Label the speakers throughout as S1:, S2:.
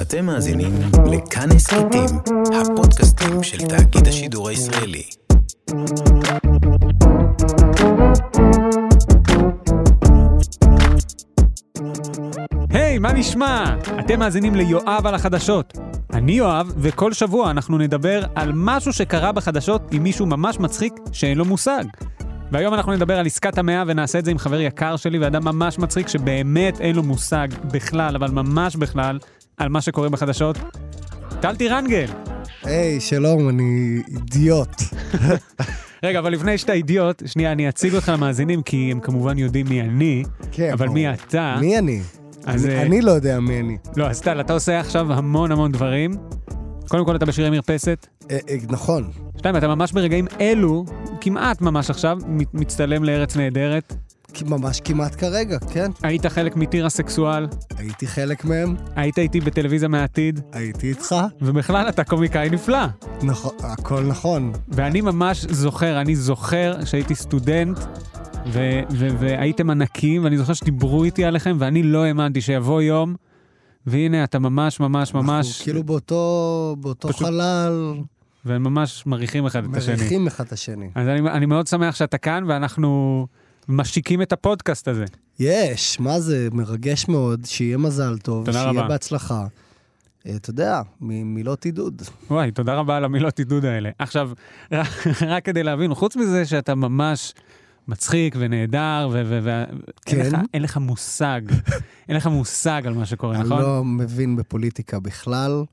S1: אתם מאזינים לכאן הסכתים, הפודקאסטים של תאגיד השידור הישראלי.
S2: היי, hey, מה נשמע? אתם מאזינים ליואב על החדשות. אני יואב, וכל שבוע אנחנו נדבר על משהו שקרה בחדשות עם מישהו ממש מצחיק שאין לו מושג. והיום אנחנו נדבר על עסקת המאה ונעשה את זה עם חבר יקר שלי ואדם ממש מצחיק שבאמת אין לו מושג בכלל, אבל ממש בכלל, על מה שקורה בחדשות. טל טירנגל.
S3: היי, שלום, אני אידיוט.
S2: רגע, אבל לפני שאתה אידיוט, שנייה, אני אציג אותך למאזינים, כי הם כמובן יודעים מי אני,
S3: כן,
S2: אבל מי
S3: ברור.
S2: אתה.
S3: מי אני?
S2: אה? אז,
S3: אני-
S2: אה,
S3: אני לא יודע מי אני.
S2: לא, אז טל, אתה עושה עכשיו המון המון דברים. קודם כל אתה בשירי מרפסת.
S3: אה, אה, נכון,
S2: שתיים, אתה ממש ברגעים אלו, כמעט ממש עכשיו, מת- מצטלם לארץ נהדרת.
S3: כי- ממש כמעט כרגע, כן.
S2: היית חלק מטיר הסקסואל,
S3: הייתי חלק מהם,
S2: היית איתי בטלוויזיה מהעתיד,
S3: הייתי איתך.
S2: ובכלל אתה קומיקאי נפלא.
S3: נכון, הכל נכון.
S2: ואני ממש זוכר, אני זוכר שהייתי סטודנט, ו- ו- והייתם ענקים, ואני זוכר שדיברו איתי עליכם, ואני לא האמנתי שיבוא יום, והנה, אתה ממש ממש
S3: אנחנו
S2: ממש,
S3: כאילו באותו באותו
S2: פשוט
S3: חלל,
S2: והם ממש מריחים אחד את השני.
S3: מריחים אחד את השני.
S2: אז אני, אני מאוד שמח שאתה כאן, ואנחנו משיקים את הפודקאסט הזה.
S3: יש, מה זה, מרגש מאוד, שיהיה מזל טוב,
S2: תודה
S3: שיהיה
S2: רבה.
S3: בהצלחה. אה, אתה יודע, מ- מילות עידוד.
S2: וואי, תודה רבה על המילות עידוד האלה. עכשיו, רק כדי להבין, חוץ מזה שאתה ממש מצחיק ונהדר, ו... ו- ו-
S3: כן.
S2: אין לך, אין לך מושג, אין לך מושג על מה שקורה,
S3: אני
S2: נכון?
S3: לא מבין בפוליטיקה בכלל.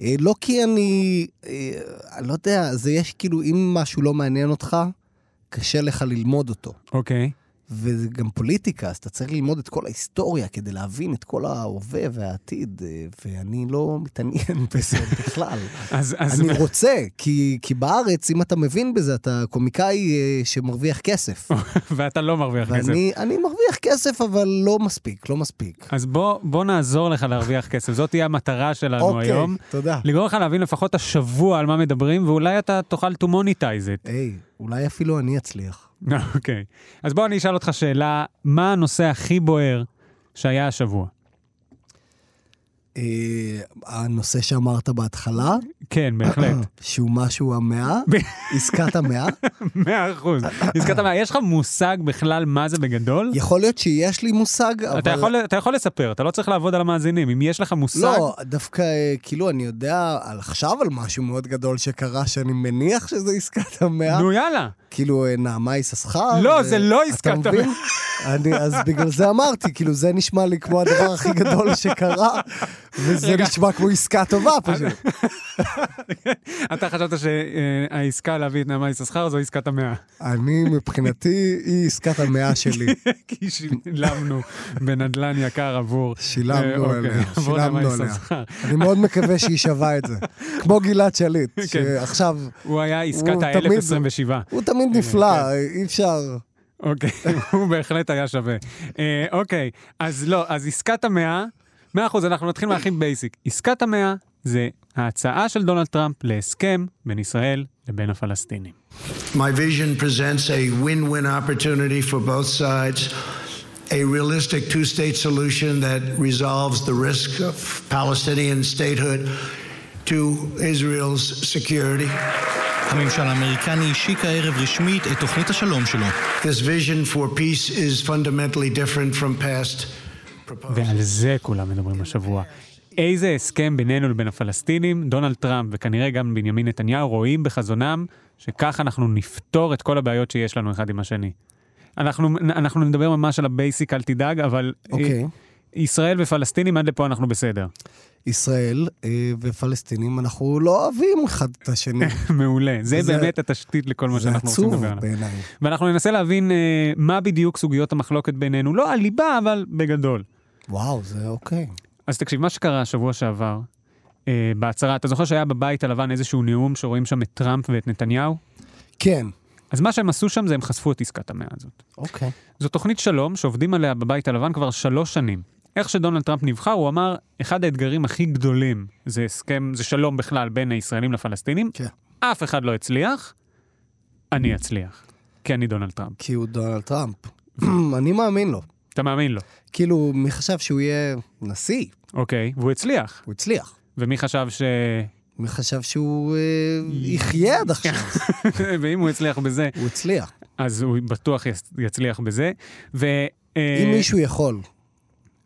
S3: אה, לא כי אני, אה, אני לא יודע, זה יש כאילו, אם משהו לא מעניין אותך, קשה לך ללמוד אותו.
S2: אוקיי.
S3: וזה גם פוליטיקה, אז אתה צריך ללמוד את כל ההיסטוריה כדי להבין את כל ההווה והעתיד, אה, ואני לא מתעניין בזה בכלל.
S2: אז, אז
S3: אני רוצה, כי, כי בארץ, אם אתה מבין בזה, אתה קומיקאי אה, שמרוויח כסף.
S2: ואתה לא מרוויח כסף.
S3: ואני אני מרוויח כסף, אבל לא מספיק, לא מספיק.
S2: אז בוא, בוא נעזור לך להרוויח כסף, זאת תהיה המטרה שלנו
S3: אוקיי.
S2: היום.
S3: תודה.
S2: לגרום לך להבין לפחות השבוע על מה מדברים, ואולי אתה תוכל to monetize it.
S3: היי, אולי אפילו אני אצליח.
S2: אוקיי. אז בוא אני אשאל אותך שאלה, מה הנושא הכי בוער שהיה השבוע?
S3: אה, הנושא שאמרת בהתחלה,
S2: כן, בהחלט.
S3: שהוא משהו המאה, עסקת המאה,
S2: מאה אחוז. עסקת המאה, יש לך מושג בכלל מה זה בגדול?
S3: יכול להיות שיש לי מושג, אבל...
S2: אתה יכול, אתה יכול לספר, אתה לא צריך לעבוד על המאזינים. אם יש לך מושג,
S3: לא, דווקא, אה, כאילו, אני יודע על עכשיו על משהו מאוד גדול שקרה, שאני מניח שזה עסקת המאה.
S2: נו יאללה.
S3: כאילו, אה, נעמה יששכר.
S2: לא,
S3: אה,
S2: זה לא עסקת
S3: אתה מבין? אני, אז בגלל זה אמרתי, כאילו, זה נשמע לי כמו הדבר הכי גדול שקרה, וזה נשמע כמו עסקה טובה
S2: אה,
S3: פשוט.
S2: אתה חשבת שהעסקה להביא את נעמה יששכר זו עסקת המאה.
S3: אני, מבחינתי, היא עסקת המאה שלי.
S2: אה, כי שילמנו בנדלן יקר עבור... אה,
S3: שילמנו
S2: אוקיי,
S3: עליה,
S2: עבור נעמה
S3: שילמנו עליה.
S2: יששכר.
S3: אני מאוד מקווה שהיא שווה את זה. כמו גלעד שליט, שעכשיו,
S2: הוא היה כן. עסקת
S3: הוא תמיד-
S2: ה-1027.
S3: הוא תמיד
S2: אה,
S3: נפלא,
S2: כן.
S3: אי אפשר...
S2: אוקיי, הוא בהחלט היה שווה. אה, אוקיי, אז לא, אז עסקת המאה, מאה אחוז, אנחנו נתחיל מהכי בייסיק. עסקת המאה זה ההצעה של דונלד טראמפ להסכם בין ישראל לבין הפלסטינים.
S4: My vision presents a win win opportunity for both sides, a realistic two state solution that resolves the risk of Palestinian statehood to Israel's security.
S5: הממשל האמריקני השיק הערב רשמית את תוכנית השלום שלו.
S4: This vision for peace is fundamentally different from past proposals.
S2: ועל זה כולם מדברים השבוע. איזה הסכם בינינו לבין הפלסטינים, דונלד טראמפ וכנראה גם בנימין נתניהו רואים בחזונם שכך אנחנו נפתור את כל הבעיות שיש לנו אחד עם השני. אנחנו, אנחנו נדבר ממש על הבייסיק, אל תדאג, אבל
S3: אוקיי.
S2: אה, ישראל ופלסטינים, עד לפה אנחנו בסדר.
S3: ישראל אה, ופלסטינים, אנחנו לא אוהבים אחד את השני.
S2: מעולה. זה,
S3: זה-
S2: באמת התשתית לכל מה
S3: זה
S2: שאנחנו רוצים
S3: עצוב
S2: לדבר עליו.
S3: בעיניי.
S2: ואנחנו ננסה להבין אה, מה בדיוק סוגיות המחלוקת בינינו, לא הליבה, אבל בגדול.
S3: וואו, זה אוקיי.
S2: אז תקשיב, מה שקרה שבוע שעבר, אה, בהצהרה, אתה זוכר שהיה בבית הלבן איזשהו נאום שרואים שם את טראמפ ואת נתניהו?
S3: כן.
S2: אז מה שהם עשו שם זה הם חשפו את עסקת המאה הזאת.
S3: אוקיי.
S2: זו תוכנית שלום שעובדים עליה בבית הלבן כבר שלוש שנים. איך שדונלד טראמפ נבחר, הוא אמר, אחד האתגרים הכי גדולים זה הסכם, זה שלום בכלל בין הישראלים לפלסטינים.
S3: כן.
S2: אף אחד לא הצליח, אני אצליח. כי אני דונלד טראמפ.
S3: כי הוא דונלד טראמפ. אני מאמין לו.
S2: אתה מאמין לו.
S3: כאילו, מי חשב שהוא יהיה נשיא?
S2: אוקיי, והוא הצליח.
S3: הוא הצליח.
S2: ומי חשב ש...
S3: מי חשב שהוא אה, יחיה עד עכשיו?
S2: ואם הוא הצליח בזה,
S3: הוא הצליח.
S2: אז הוא בטוח יצ- יצליח בזה. ו... אה,
S3: אם מישהו יכול,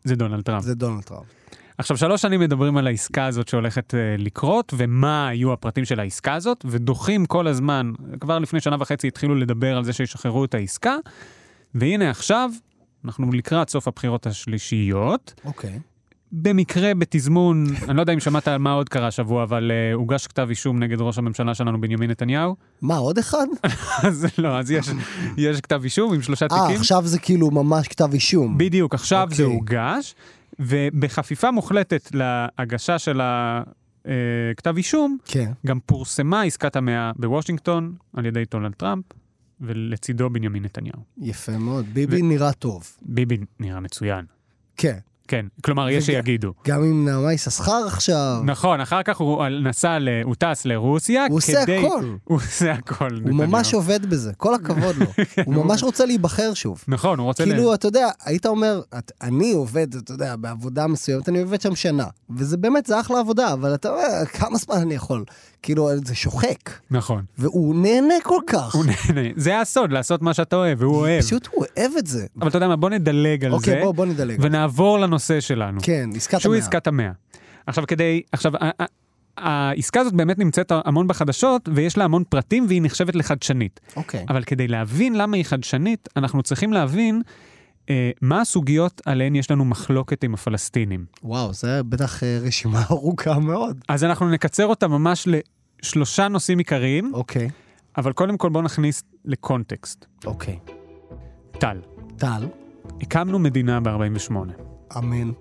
S2: זה דונלד טראמפ.
S3: זה דונלד טראמפ.
S2: עכשיו, שלוש שנים מדברים על העסקה הזאת שהולכת אה, לקרות, ומה היו הפרטים של העסקה הזאת, ודוחים כל הזמן, כבר לפני שנה וחצי התחילו לדבר על זה שישחררו את העסקה, והנה עכשיו, אנחנו לקראת סוף הבחירות השלישיות.
S3: אוקיי.
S2: במקרה, בתזמון, אני לא יודע אם שמעת על מה עוד קרה השבוע, אבל uh, הוגש כתב אישום נגד ראש הממשלה שלנו, בנימין נתניהו.
S3: מה, עוד אחד?
S2: אז לא, אז יש, יש כתב אישום עם שלושה
S3: אה,
S2: תיקים.
S3: עכשיו זה כאילו ממש כתב אישום.
S2: בדיוק, עכשיו okay. זה
S3: אוקיי.
S2: הוגש, ובחפיפה מוחלטת להגשה של הכתב אישום,
S3: כן.
S2: גם פורסמה עסקת המאה בוושינגטון על ידי דונלד טראמפ, ולצידו בנימין נתניהו.
S3: יפה מאוד. ביבי נראה טוב.
S2: ביבי נראה מצוין.
S3: כן.
S2: כן, כלומר, יש
S3: וגם-
S2: שיגידו.
S3: גם עם נעמה יששכר עכשיו.
S2: נכון, אחר כך הוא נסע, ל- הוא טס לרוסיה
S3: הוא עושה
S2: כדי...
S3: הכל.
S2: הוא עושה הכל.
S3: הוא
S2: נתניהו.
S3: ממש עובד בזה, כל הכבוד לו. הוא ממש רוצה להיבחר שוב.
S2: נכון, הוא רוצה... ל-
S3: כאילו, אתה יודע, היית אומר, את- אני עובד, אתה יודע, בעבודה מסוימת, אני עובד שם שנה. וזה באמת, זה אחלה עבודה, אבל אתה אומר, כמה זמן אני יכול? כאילו, זה שוחק.
S2: נכון.
S3: והוא נהנה כל כך.
S2: הוא נהנה. זה הסוד, לעשות מה שאתה אוהב, והוא אוהב.
S3: פשוט הוא אוהב את זה.
S2: כן. אבל אתה יודע מה, בוא נדלג על זה.
S3: אוקיי, בוא, בוא נדלג.
S2: ונעבור לנושא שלנו.
S3: כן, עסקת המאה.
S2: שהוא עסקת המאה. עכשיו כדי, עכשיו, ה- ה- העסקה הזאת באמת נמצאת המון בחדשות, ויש לה המון פרטים, והיא נחשבת לחדשנית.
S3: אוקיי.
S2: אבל כדי להבין למה היא חדשנית, אנחנו צריכים להבין אה, מה הסוגיות עליהן יש לנו מחלוקת עם הפלסטינים.
S3: וואו, זה בטח אה, רשימה ארוכה מאוד.
S2: אז אנחנו נקצר אותה ממש לשלושה נושאים עיקריים,
S3: אוקיי.
S2: אבל קודם כל בואו נכניס לקונטקסט.
S3: אוקיי.
S2: טל,
S3: טל,
S2: הקמנו מדינה ב-48.
S3: אמן.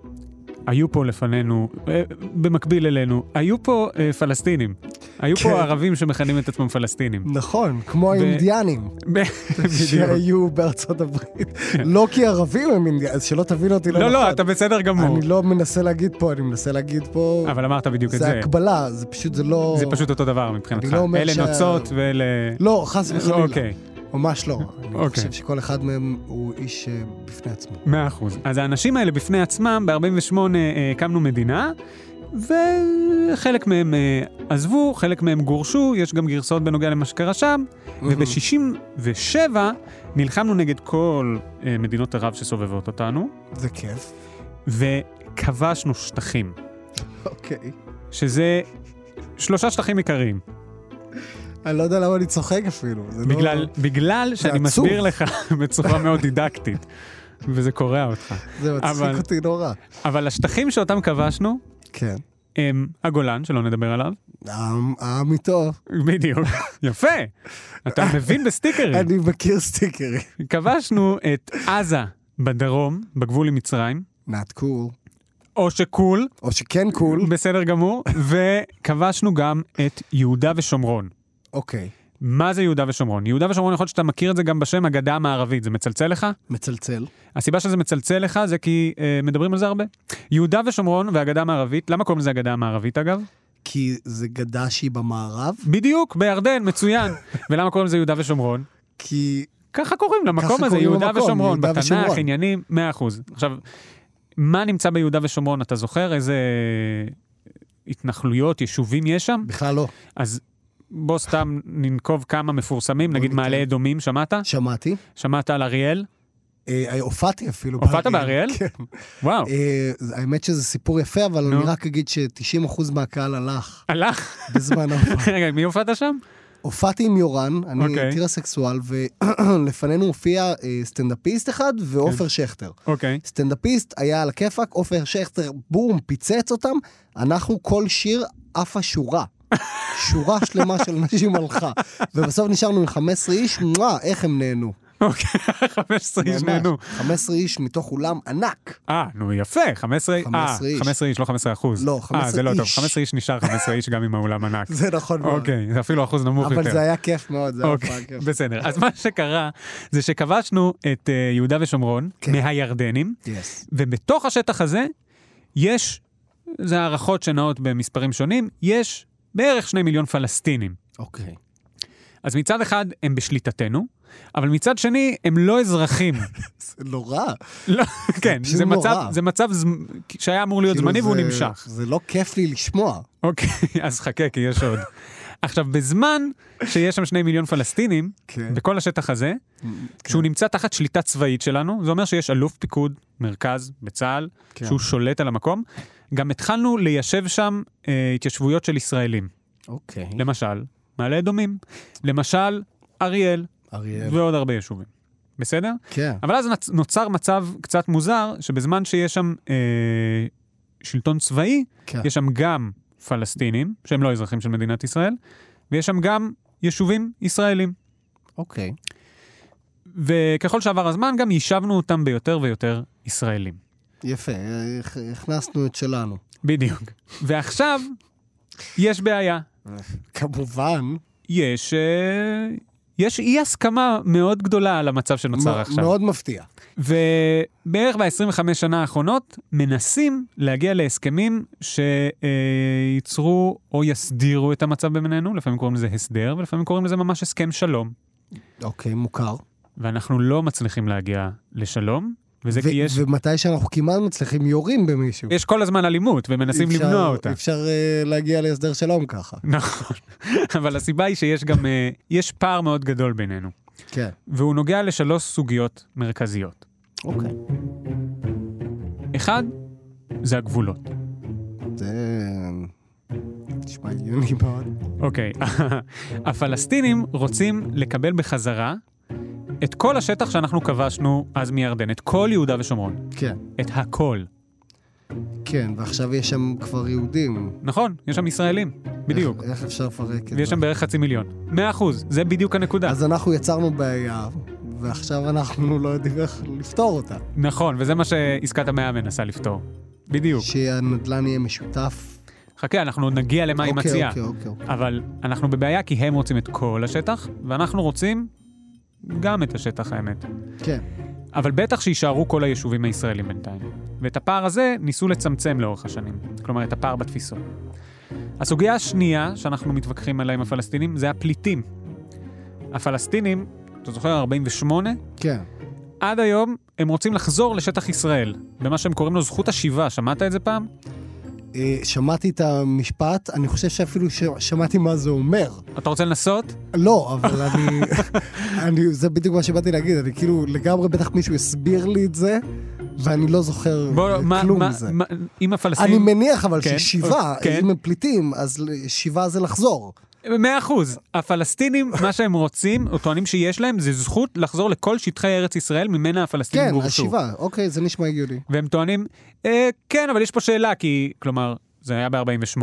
S2: היו פה לפנינו, אה, במקביל אלינו, היו פה אה, פלסטינים. היו
S3: כן.
S2: פה ערבים שמכנים את עצמם פלסטינים.
S3: נכון, כמו האינדיאנים
S2: ב- בדיוק. כן.
S3: שהיו בארצות הברית. לא כי ערבים הם אינדיאנים, אז שלא תבין אותי לא
S2: לא,
S3: נכון.
S2: לא, אתה בסדר גמור.
S3: אני לא מנסה להגיד פה, אני מנסה להגיד פה...
S2: אבל אמרת בדיוק את
S3: זה
S2: זה.
S3: הקבלה, זה פשוט, זה לא...
S2: זה פשוט אותו דבר מבחינתך.
S3: אני לא אומר
S2: אלה
S3: שה-
S2: נוצות ואלה...
S3: לא, חס וחלילה.
S2: אוקיי,
S3: ממש לא. אני
S2: אוקיי.
S3: חושב שכל אחד מהם הוא איש אה, בפני עצמו.
S2: מאה אחוז. אז האנשים האלה בפני עצמם, ב-48 הקמנו מדינה, וחלק מהם אה, עזבו, חלק מהם גורשו, יש גם גרסאות בנוגע למה שקרה שם, וב-67 נלחמנו נגד כל אה, מדינות ערב שסובבות אותנו,
S3: זה כיף.
S2: וכבשנו שטחים,
S3: אוקיי.
S2: שזה שלושה שטחים עיקריים.
S3: אני לא יודע למה אני צוחק אפילו. זה לא-
S2: בגלל, בגלל שאני
S3: עצוב.
S2: מסביר לך בצורה מאוד דידקטית, וזה קורע אותך.
S3: זה
S2: אבל-
S3: מצחיק אותי נורא.
S2: אבל השטחים שאותם כבשנו
S3: כן.
S2: הם הגולן, שלא נדבר עליו,
S3: העם- העם איתו.
S2: בדיוק, יפה, אתה מבין בסטיקרים.
S3: אני מכיר סטיקרים.
S2: כבשנו את עזה בדרום, בגבול עם מצרים,
S3: נאט קול.
S2: או שקול,
S3: או שכן קול.
S2: בסדר גמור, וכבשנו גם את יהודה ושומרון.
S3: אוקיי.
S2: מה זה יהודה ושומרון? יהודה ושומרון, יכול להיות שאתה מכיר את זה גם בשם הגדה המערבית, זה מצלצל לך?
S3: מצלצל.
S2: הסיבה שזה מצלצל לך זה כי אה, מדברים על זה הרבה. יהודה ושומרון והגדה המערבית, למה קוראים לזה הגדה המערבית אגב?
S3: כי זה גדה שהיא במערב.
S2: בדיוק, בירדן, מצוין. ולמה קוראים לזה יהודה ושומרון?
S3: כי...
S2: ככה קוראים למקום
S3: ככה
S2: הזה,
S3: קוראים
S2: יהודה
S3: למקום,
S2: ושומרון,
S3: יהודה
S2: בתנ"ך,
S3: ושומרון.
S2: עניינים, 100%. עכשיו, מה נמצא ביהודה ושומרון, אתה זוכר? איזה התנחלויות, יישובים יש שם?
S3: בכלל לא.
S2: אז בוא סתם ננקוב כמה מפורסמים, נגיד
S3: ניתן.
S2: מעלה אדומים, שמעת?
S3: שמעתי.
S2: שמעת על אריאל?
S3: אה, הופעתי אפילו.
S2: הופעת באריאל?
S3: כן.
S2: וואו,
S3: אה, זה- האמת שזה סיפור יפה, אבל
S2: נו.
S3: אני רק אגיד ש-90% מהקהל הלך
S2: הלך.
S3: בזמן ההופעה.
S2: רגע, מי הופעת שם?
S3: הופעתי עם יורן,
S2: אוקיי.
S3: אני טירסקסואל, ולפנינו הופיע אה, סטנדאפיסט אחד
S2: כן.
S3: ועופר שכטר.
S2: אוקיי.
S3: סטנדאפיסט היה על הכיפאק, עופר שכטר, בום, פיצץ אותם, אנחנו כל שיר עפה שורה. שורה שלמה של נשים הלכה. ובסוף נשארנו עם 15 איש, מוואה, איך הם נהנו.
S2: אוקיי, 15 איש
S3: ממש.
S2: נהנו.
S3: 15 איש מתוך אולם ענק.
S2: אה, נו יפה, 15
S3: 15
S2: אה,
S3: איש.
S2: 15 איש, לא 15 אחוז.
S3: לא,
S2: אה,
S3: 15
S2: זה לא טוב,
S3: איש.
S2: 15 איש נשאר 15 איש גם עם האולם ענק.
S3: זה נכון מאוד.
S2: אוקיי, זה אפילו אחוז נמוך יותר.
S3: אבל זה היה כיף מאוד, זה היה הופעה
S2: אוקיי,
S3: כיף.
S2: בסדר. אז מה שקרה זה שכבשנו את אה, יהודה ושומרון
S3: כן.
S2: מהירדנים,
S3: Yes.
S2: ובתוך השטח הזה יש, זה הערכות שנעות במספרים שונים, יש בערך שני מיליון פלסטינים.
S3: אוקיי.
S2: אז מצד אחד הם בשליטתנו, אבל מצד שני, הם לא אזרחים.
S3: זה נורא.
S2: לא, כן,
S3: פשוט
S2: זה מצב,
S3: כאילו נורא.
S2: זה מצב זמ- שהיה אמור להיות
S3: כאילו,
S2: זמני והוא
S3: זה-
S2: נמשך.
S3: זה לא כיף לי לשמוע.
S2: אוקיי, אז חכה, כי יש עוד. עכשיו, בזמן שיש שם שני מיליון פלסטינים,
S3: כן.
S2: בכל השטח הזה, שהוא נמצא תחת שליטה צבאית שלנו, זה אומר שיש אלוף פיקוד, מרכז, בצה"ל,
S3: כן.
S2: שהוא שולט על המקום. גם התחלנו ליישב שם אה, התיישבויות של ישראלים.
S3: אוקיי.
S2: למשל, מעלה אדומים. למשל, אריאל,
S3: אריאל.
S2: ועוד הרבה יישובים. בסדר?
S3: כן.
S2: אבל אז נצ- נוצר מצב קצת מוזר, שבזמן שיש שם אה, שלטון צבאי,
S3: כן.
S2: יש שם גם פלסטינים, שהם לא אזרחים של מדינת ישראל, ויש שם גם יישובים ישראלים.
S3: אוקיי.
S2: וככל שעבר הזמן, גם יישבנו אותם ביותר ויותר ישראלים.
S3: יפה, אה, הכ- הכנסנו את שלנו.
S2: בדיוק. ועכשיו, יש בעיה.
S3: כמובן.
S2: יש... אה, יש אי הסכמה מאוד גדולה על המצב שנוצר
S3: מ-
S2: עכשיו.
S3: מאוד מפתיע.
S2: ובערך ב-25 שנה האחרונות מנסים להגיע להסכמים שייצרו או יסדירו את המצב בינינו, לפעמים קוראים לזה הסדר, ולפעמים קוראים לזה ממש הסכם שלום.
S3: אוקיי, מוכר.
S2: ואנחנו לא מצליחים להגיע לשלום, וזה
S3: ו-
S2: כי יש,
S3: ומתי שאנחנו כמעט מצליחים, יורים במישהו.
S2: יש כל הזמן אלימות, ומנסים
S3: אפשר-
S2: למנוע אותה.
S3: אפשר אה, להגיע להסדר שלום ככה.
S2: נכון. אבל הסיבה היא שיש גם, אה, יש פער מאוד גדול בינינו,
S3: כן.
S2: והוא נוגע לשלוש סוגיות מרכזיות.
S3: אוקיי.
S2: אחד, זה הגבולות.
S3: זה... נשמע הגיוני מאוד.
S2: אוקיי, הפלסטינים רוצים לקבל בחזרה את כל השטח שאנחנו כבשנו אז מירדן, את כל יהודה ושומרון,
S3: כן.
S2: את הכל.
S3: כן, ועכשיו יש שם כבר יהודים.
S2: נכון, יש שם ישראלים, בדיוק.
S3: איך, איך אפשר לפרק את זה?
S2: ויש שם בערך חצי מיליון. מאה אחוז, זה בדיוק הנקודה.
S3: אז אנחנו יצרנו בעיה, ועכשיו אנחנו לא יודעים איך לפתור אותה.
S2: נכון, וזה מה שעסקת המאה מנסה לפתור. בדיוק.
S3: שהנדל"ן יהיה משותף.
S2: חכה, אנחנו עוד נגיע למה היא
S3: אוקיי,
S2: מציעה.
S3: אוקיי, אוקיי, אוקיי.
S2: אבל אנחנו בבעיה כי הם רוצים את כל השטח, ואנחנו רוצים גם את השטח, האמת.
S3: כן.
S2: אבל בטח שיישארו כל היישובים הישראלים בינתיים. ואת הפער הזה ניסו לצמצם לאורך השנים. כלומר, את הפער בתפיסות. הסוגיה השנייה שאנחנו מתווכחים עליה עם הפלסטינים זה הפליטים. הפלסטינים, אתה זוכר, 48?
S3: כן.
S2: עד היום הם רוצים לחזור לשטח ישראל, במה שהם קוראים לו זכות השיבה, שמעת את זה פעם?
S3: אה, שמעתי את המשפט, אני חושב שאפילו ש... שמעתי מה זה אומר.
S2: אתה רוצה לנסות?
S3: לא, אבל אני... אני... זה בדיוק מה שבאתי להגיד, אני כאילו לגמרי, בטח מישהו הסביר לי את זה, ואני לא זוכר
S2: בוא,
S3: אה,
S2: מה,
S3: כלום
S2: מה,
S3: מזה.
S2: מה, אם
S3: אני
S2: הפלסטינים...
S3: מניח אבל
S2: כן,
S3: ששיבה,
S2: כן.
S3: אם הם פליטים, אז ל- שיבה זה לחזור.
S2: מאה אחוז. הפלסטינים, מה שהם רוצים, או טוענים שיש להם, זה זכות לחזור לכל שטחי ארץ ישראל ממנה הפלסטינים
S3: כן,
S2: גורשו.
S3: השיבה, אוקיי, זה נשמע הגיוני.
S2: והם טוענים, אה, כן, אבל יש פה שאלה, כי, כלומר, זה היה ב-48,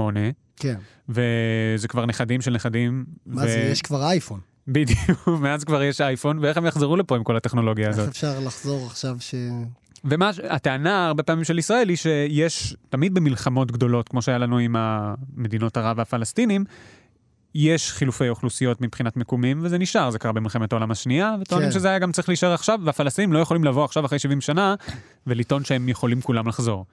S3: כן.
S2: וזה כבר נכדים של נכדים.
S3: מה
S2: ו-
S3: זה, יש כבר אייפון.
S2: בדיוק, מאז כבר יש אייפון, ואיך הם יחזרו לפה עם כל הטכנולוגיה
S3: איך
S2: הזאת?
S3: אפשר לחזור עכשיו ש...
S2: ומה, ש- הטענה הרבה פעמים של ישראל היא שיש, תמיד במלחמות גדולות, כמו שהיה לנו עם מדינות ערב והפלסטינים, יש חילופי אוכלוסיות מבחינת מיקומים, וזה נשאר, זה קרה במלחמת העולם השנייה, וטוענים
S3: כן.
S2: שזה היה גם צריך להישאר עכשיו, והפלסטינים לא יכולים לבוא עכשיו אחרי 70 שנה ולטעון שהם יכולים כולם לחזור.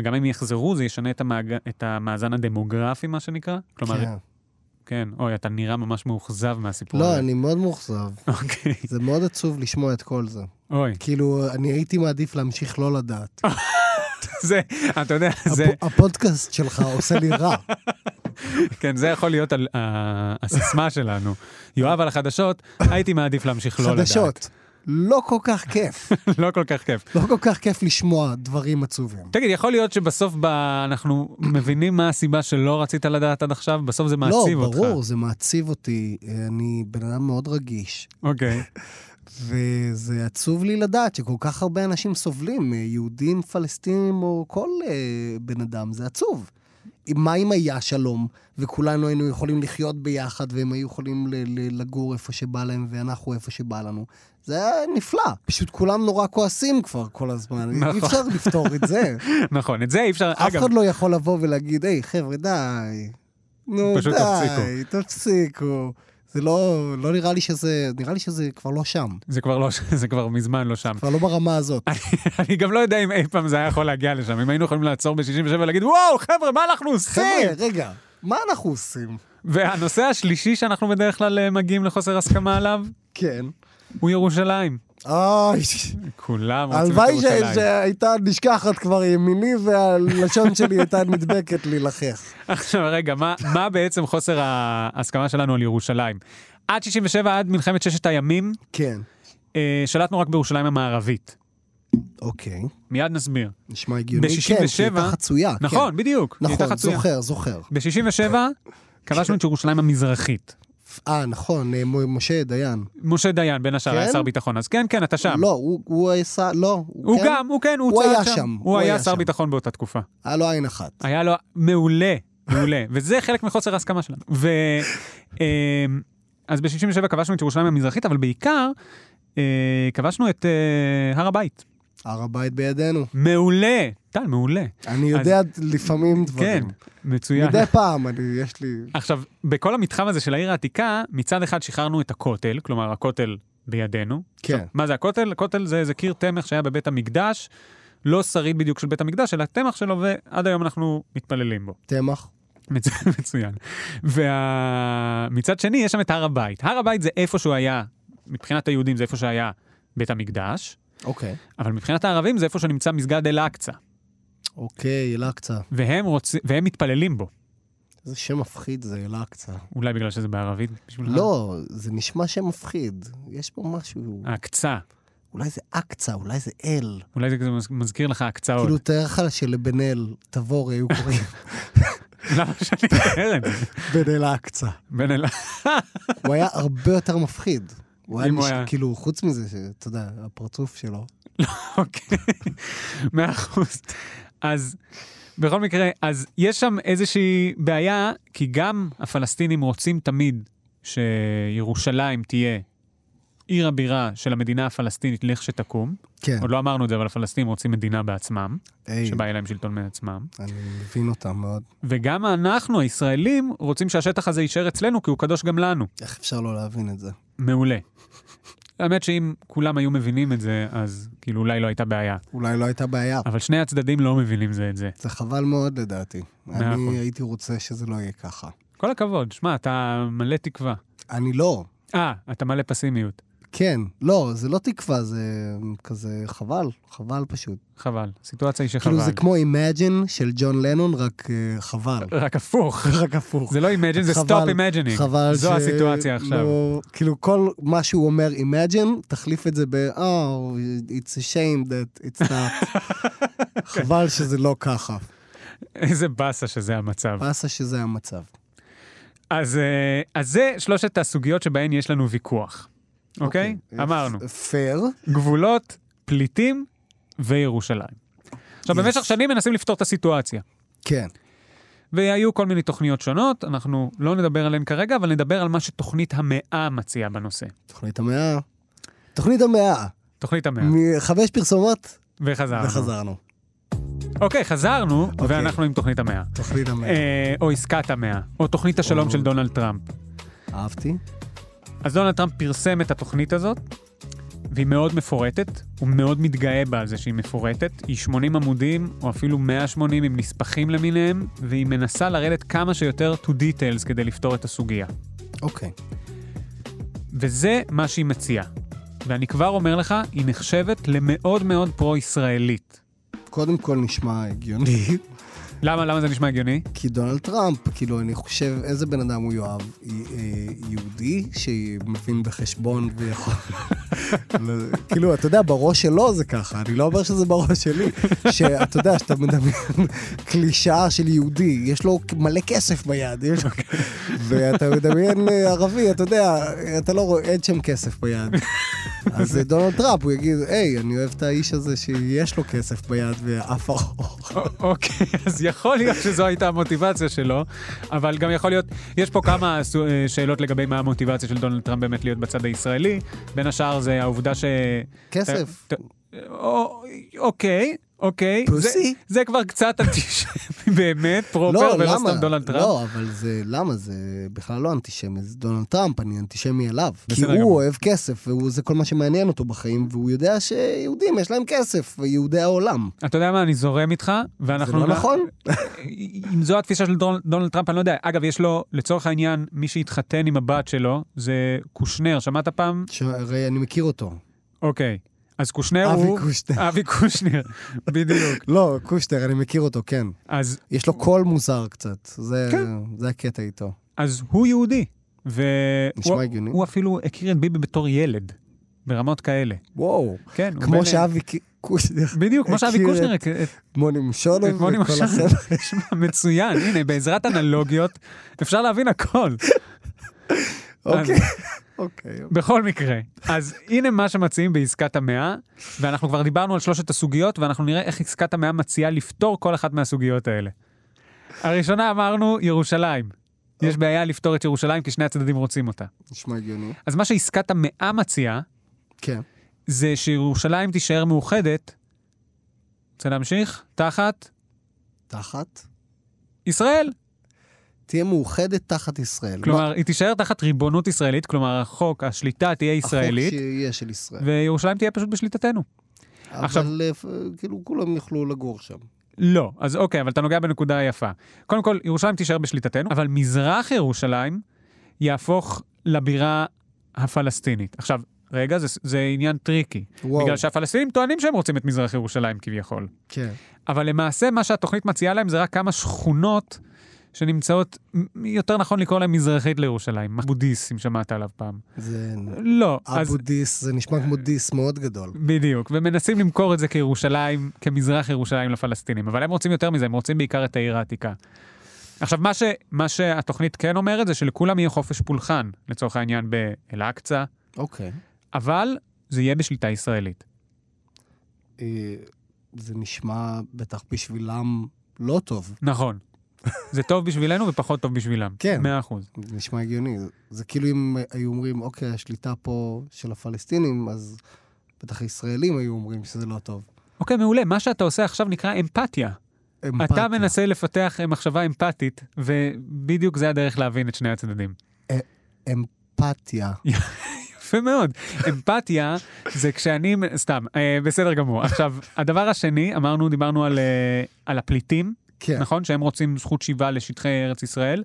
S2: וגם אם יחזרו, זה ישנה את, המאג... את המאזן הדמוגרפי, מה שנקרא. כלומר, כן.
S3: כן.
S2: כן, אוי, אתה נראה ממש מאוכזב מהסיפור
S3: לא,
S2: הזה.
S3: אני מאוד מאוכזב.
S2: אוקיי,
S3: זה מאוד עצוב לשמוע את כל זה.
S2: אוי,
S3: כאילו, אני הייתי מעדיף להמשיך לא לדעת.
S2: זה, אתה יודע, זה... לא
S3: הפ- הפודקאסט שלך עושה לי רע.
S2: כן, זה יכול להיות על, ה- הסיסמה שלנו. יואב על החדשות, הייתי מעדיף להמשיך לא לדעת.
S3: חדשות. לא כל כך כיף.
S2: לא כל כך כיף.
S3: לא כל כך כיף לשמוע דברים עצובים.
S2: תגיד, יכול להיות שבסוף ב... אנחנו מבינים מה הסיבה שלא רצית לדעת עד עכשיו? בסוף זה
S3: לא,
S2: מעציב אותך.
S3: ברור, זה מעציב אותי. אני בן אדם מאוד רגיש,
S2: אוקיי.
S3: וזה עצוב לי לדעת שכל כך הרבה אנשים סובלים, אה, יהודים, פלסטינים או כל אה, בן אדם, זה עצוב. אם- מה אם היה שלום, וכולנו היינו יכולים לחיות ביחד, והם היו יכולים ל- ל- לגור איפה שבא להם, ואנחנו איפה שבא לנו? זה היה נפלא. פשוט כולם נורא כועסים כבר כל הזמן.
S2: נכון.
S3: אי אפשר לפתור את זה.
S2: נכון, את זה אי אפשר...
S3: אף
S2: אגב,
S3: אחד לא יכול לבוא ולהגיד, היי, חבר'ה, די. נו,
S2: פשוט
S3: די, תפסיקו. זה לא, לא נראה לי שזה, נראה לי שזה כבר לא שם.
S2: זה כבר לא... זה כבר מזמן לא שם.
S3: כבר לא ברמה הזאת.
S2: אני גם לא יודע אם אי פעם זה היה יכול להגיע לשם. אם היינו יכולים לעצור ב-67 ולהגיד, וואו, חבר'ה, מה אנחנו עושים?
S3: חבר'ה, רגע, מה אנחנו עושים?
S2: והנושא השלישי שאנחנו בדרך כלל אה, מגיעים לחוסר הסכמה עליו,
S3: כן.
S2: הוא ירושלים.
S3: אוי,
S2: כולם רוצים את
S3: הלוואי ש-
S2: ירושלים.
S3: שהייתה נשכחת כבר ימיני והלשון שלי הייתה נדבקת להילחך.
S2: עכשיו רגע, מה, מה בעצם חוסר ההסכמה שלנו על ירושלים? עד 67, עד מלחמת ששת הימים,
S3: כן,
S2: אה, שלטנו רק בירושלים המערבית.
S3: אוקיי,
S2: מיד נסביר.
S3: נשמע הגיוני.
S2: ב- 67
S3: כן, כי הייתה חצויה. כן.
S2: נכון, בדיוק. היא הייתה
S3: נכון,
S2: חצויה.
S3: זוכר, זוכר.
S2: ב-67 כבשנו את ירושלים המזרחית.
S3: אה, נכון, אה, מ- משה דיין.
S2: משה דיין, בין השאר,
S3: כן?
S2: היה שר ביטחון, אז כן, כן, אתה שם.
S3: לא, הוא- הוא עשה, לא.
S2: הוא
S3: כן?
S2: גם, הוא כן, הוא
S3: הוא
S2: צעד
S3: היה
S2: שם.
S3: שם,
S2: הוא היה שר
S3: שם.
S2: ביטחון באותה תקופה.
S3: היה לו אה, לא, עין אחת.
S2: היה לו מעולה, מעולה, וזה חלק מחוסר ההסכמה שלנו. ו... אמ, אז ב-67 כבשנו את ירושלים המזרחית, אבל בעיקר אה, כבשנו את אה, הר הבית.
S3: הר הבית בידינו.
S2: מעולה, טל, מעולה.
S3: אני יודע לפעמים
S2: כן,
S3: דברים.
S2: מצוין.
S3: מדי פעם, אני, יש לי...
S2: עכשיו, בכל המתחם הזה של העיר העתיקה, מצד אחד שחררנו את הכותל, כלומר הכותל בידינו.
S3: כן.
S2: מה זה הכותל? הכותל זה איזה קיר תמך שהיה בבית המקדש, לא שריד בדיוק של בית המקדש, אלא תמך שלו, ועד היום אנחנו מתפללים בו.
S3: תמח.
S2: מצוין. מצוין. ומצד שני, יש שם את הר הבית. הר הבית זה איפה שהוא היה, מבחינת היהודים זה איפה שהיה בית המקדש,
S3: אוקיי.
S2: אבל מבחינת הערבים זה איפה שנמצא מסגד אל-אקצא,
S3: אוקיי, אל-אקצא.
S2: והם, רוצ... והם מתפללים בו.
S3: איזה שם מפחיד זה, אל-אקצא.
S2: אולי בגלל שזה בערבית בשבילך?
S3: לא, זה נשמע שם מפחיד. יש פה משהו...
S2: ההקצה.
S3: אולי זה אקצא, אולי זה אל.
S2: אולי זה כזה מז- מזכיר לך הקצאות.
S3: כאילו, תאר לך שלבן אל, תבור היו קוראים
S2: למה שאני מתאר את זה?
S3: בן אל אקצא.
S2: בן אל...
S3: הוא היה הרבה יותר מפחיד. הוא היה
S2: אם הוא
S3: נש-
S2: היה-
S3: כאילו, חוץ מזה, שאתה יודע, הפרצוף שלו.
S2: אוקיי, מאה אחוז. אז בכל מקרה, אז יש שם איזושהי בעיה, כי גם הפלסטינים רוצים תמיד שירושלים תהיה עיר הבירה של המדינה הפלסטינית לכשתקום.
S3: כן. אה.
S2: עוד לא אמרנו את זה, אבל הפלסטינים רוצים מדינה בעצמם,
S3: היי,
S2: שבה יהיה להם שלטון מעצמם.
S3: אני מבין אותם מאוד.
S2: וגם אנחנו, הישראלים, רוצים שהשטח הזה יישאר אצלנו, כי הוא קדוש גם לנו.
S3: איך אפשר לא להבין את זה?
S2: מעולה. האמת שאם כולם היו מבינים את זה, אז כאילו אולי לא הייתה בעיה.
S3: אולי לא הייתה בעיה.
S2: אבל שני הצדדים לא מבינים זה את זה.
S3: זה חבל מאוד לדעתי.
S2: אחוז.
S3: אני הייתי רוצה שזה לא יהיה ככה.
S2: כל הכבוד, שמע, אתה מלא תקווה.
S3: אני לא.
S2: אה, אתה מלא פסימיות.
S3: כן, לא, זה לא תקווה, זה כזה חבל, חבל פשוט.
S2: חבל. סיטואציה היא שחבל.
S3: כאילו זה כמו Imagine של ג'ון לנון, רק אה, חבל.
S2: רק הפוך.
S3: רק הפוך.
S2: זה לא imagine, זה
S3: חבל-
S2: stop imagining.
S3: חבל
S2: זו הסיטואציה עכשיו.
S3: לא- כאילו כל מה שהוא אומר Imagine, תחליף את זה ב- Oh, it's a shame that it's not.
S2: כן.
S3: חבל שזה לא ככה.
S2: איזה באסה שזה המצב.
S3: באסה שזה המצב.
S2: אוקיי, אז אה, אז זה שלושת הסוגיות שבהן יש לנו ויכוח. אוקיי?
S3: כן.
S2: אמרנו.
S3: פייר.
S2: גבולות, פליטים וירושלים. עכשיו,
S3: Yes.
S2: במשך שנים מנסים לפתור את הסיטואציה.
S3: כן.
S2: והיו כל מיני תוכניות שונות, אנחנו לא נדבר עליהן כרגע, אבל נדבר על מה שתוכנית המאה מציעה בנושא.
S3: תוכנית המאה. תוכנית המאה.
S2: תוכנית המאה.
S3: מחמש פרסומות
S2: וחזרנו.
S3: וחזרנו.
S2: אוקיי, חזרנו,
S3: אוקיי.
S2: ואנחנו עם תוכנית המאה.
S3: תוכנית המאה.
S2: אה, או עסקת המאה, או תוכנית השלום
S3: או-
S2: של דונלד טראמפ.
S3: אהבתי.
S2: אז דונלד טראמפ פרסם את התוכנית הזאת, והיא מאוד מפורטת, הוא מאוד מתגאה בה על זה שהיא מפורטת. היא 80 עמודים, או אפילו 180 עם נספחים למיניהם, והיא מנסה לרדת כמה שיותר to details כדי לפתור את הסוגיה.
S3: אוקיי.
S2: וזה מה שהיא מציעה. ואני כבר אומר לך, היא נחשבת למאוד מאוד פרו-ישראלית.
S3: קודם כל נשמע הגיוני,
S2: למה, למה זה נשמע הגיוני?
S3: כי דונלד טראמפ, כאילו, אני חושב, איזה בן אדם הוא יואב? י- אה, יהודי שמבין בחשבון ויכול... ל- כאילו, אתה יודע, בראש שלו זה ככה, אני לא אומר שזה בראש שלי. שאתה יודע, שאתה מדמיין קלישאה של יהודי, יש לו מלא כסף ביד, יש לו... ואתה מדמיין אה, ערבי, אתה יודע, אתה לא רואה, אין שם כסף ביד. אז אה, דונלד טראמפ, הוא יגיד, היי, אני אוהב את האיש הזה שיש לו כסף ביד ואף ארוך.
S2: א- אוקיי, אז יכול להיות שזו הייתה המוטיבציה שלו, אבל גם יכול להיות, יש פה כמה סו- אה, שאלות לגבי מה המוטיבציה של דונלד טראמפ באמת להיות בצד הישראלי, בין השאר זה העובדה ש...
S3: כסף.
S2: ת- ת- או- אה, אוקיי, אוקיי?
S3: פוסי?
S2: זה, זה כבר קצת אנטישמי באמת, פרופר,
S3: לא,
S2: ולא
S3: למה?
S2: סתם דונלד טראמפ.
S3: לא, אבל זה, למה? זה בכלל לא אנטישמי, זה דונלד טראמפ, אני אנטישמי אליו. כי
S2: בסדר
S3: הוא
S2: גמור.
S3: אוהב כסף, וזה כל מה שמעניין אותו בחיים, והוא יודע שיהודים, יש להם כסף, ויהודי העולם.
S2: אתה יודע מה, אני זורם איתך,
S3: זה
S2: ואנחנו...
S3: לא
S2: נ-
S3: נכון?
S2: אם זו התפיסה של דונל- דונלד טראמפ, אני לא יודע. אגב, יש לו, לצורך העניין, מי שהתחתן עם הבת שלו, זה קושנר, שמעת פעם?
S3: ש- הרי אני מכיר אותו.
S2: אוקיי. אז קושנר
S3: אבי
S2: הוא...
S3: קושנר.
S2: אבי קושנר, בדיוק.
S3: לא, קושטר, אני מכיר אותו, כן.
S2: אז,
S3: יש לו קול מוזר קצת, זה,
S2: כן.
S3: זה הקטע איתו.
S2: אז הוא יהודי. ו...
S3: נשמע
S2: הוא-
S3: הגיוני.
S2: הוא אפילו הכיר את ביבי בתור ילד, ברמות כאלה.
S3: וואו.
S2: כן, הוא בן-
S3: כמו שאבי ק- קושטר,
S2: בדיוק, כמו שאבי
S3: הכיר
S2: קושנר,
S3: את- לא
S2: הכ- את
S3: מוני
S2: את
S3: משונוב
S2: מוני
S3: וכל
S2: משונוב.
S3: החבר'ה.
S2: שמע, מצוין, הנה, בעזרת אנלוגיות אפשר להבין הכל.
S3: אוקיי, אוקיי.
S2: בכל מקרה, אז הנה מה שמציעים בעסקת המאה, ואנחנו כבר דיברנו על שלושת הסוגיות, ואנחנו נראה איך עסקת המאה מציעה לפתור כל אחת מהסוגיות האלה. הראשונה אמרנו, ירושלים. יש בעיה לפתור את ירושלים כי שני הצדדים רוצים אותה.
S3: נשמע הגיוני.
S2: אז מה שעסקת המאה מציעה,
S3: כן.
S2: זה שירושלים תישאר מאוחדת, רוצה להמשיך? תחת
S3: תחת?
S2: ישראל.
S3: תהיה מאוחדת תחת ישראל. לא
S2: כלומר, היא תישאר תחת ריבונות ישראלית, כלומר, החוק, השליטה תהיה ישראלית,
S3: החוק שיהיה של ישראל.
S2: וירושלים תהיה פשוט בשליטתנו. עכשיו-
S3: אבל אה, כאילו כולם יוכלו לגור שם.
S2: לא, אז אוקיי, אבל אתה נוגע בנקודה יפה. קודם כל, ירושלים תישאר בשליטתנו, אבל מזרח ירושלים יהפוך לבירה הפלסטינית. עכשיו, רגע, זה, זה עניין טריקי.
S3: וואו.
S2: בגלל שהפלסטינים טוענים שהם רוצים את מזרח ירושלים כביכול.
S3: כן.
S2: אבל למעשה, מה שהתוכנית מציעה להם זה רק כמה שכונות שנמצאות, מ- יותר נכון לקרוא להן מזרחית לירושלים. בודיס, אם שמעת עליו פעם.
S3: זה...
S2: לא, אז...
S3: אבו דיס, זה נשמע כמו דיס מאוד גדול.
S2: בדיוק, ומנסים למכור את זה כירושלים, כמזרח ירושלים לפלסטינים, אבל הם רוצים יותר מזה, הם רוצים בעיקר את העיר העתיקה. עכשיו, מה, ש, מה שהתוכנית כן אומרת זה שלכולם יהיה חופש פולחן, לצורך העניין באל-אקצא,
S3: אוקיי.
S2: אבל זה יהיה בשליטה ישראלית.
S3: אה, זה נשמע בטח בשבילם לא טוב.
S2: נכון. זה טוב בשבילנו ופחות טוב בשבילם.
S3: כן.
S2: מאה אחוז.
S3: זה נשמע הגיוני. זה- זה כאילו אם היו אומרים, אוקיי, השליטה פה של הפלסטינים, אז בטח הישראלים היו אומרים שזה לא טוב.
S2: אוקיי, מעולה, מה שאתה עושה עכשיו נקרא אמפתיה. אמפתיה. אתה
S3: אמפתיה.
S2: מנסה לפתח אה, מחשבה אמפתית, ובדיוק זה הדרך להבין את שני הצדדים.
S3: אמפתיה.
S2: נכון. יפה מאוד. אמפתיה זה כשאני, סתם, אה, בסדר גמור. עכשיו, הדבר השני, אמרנו, דיברנו על, אה, על הפליטים,
S3: כן,
S2: נכון? שהם רוצים זכות שיבה לשטחי ארץ ישראל.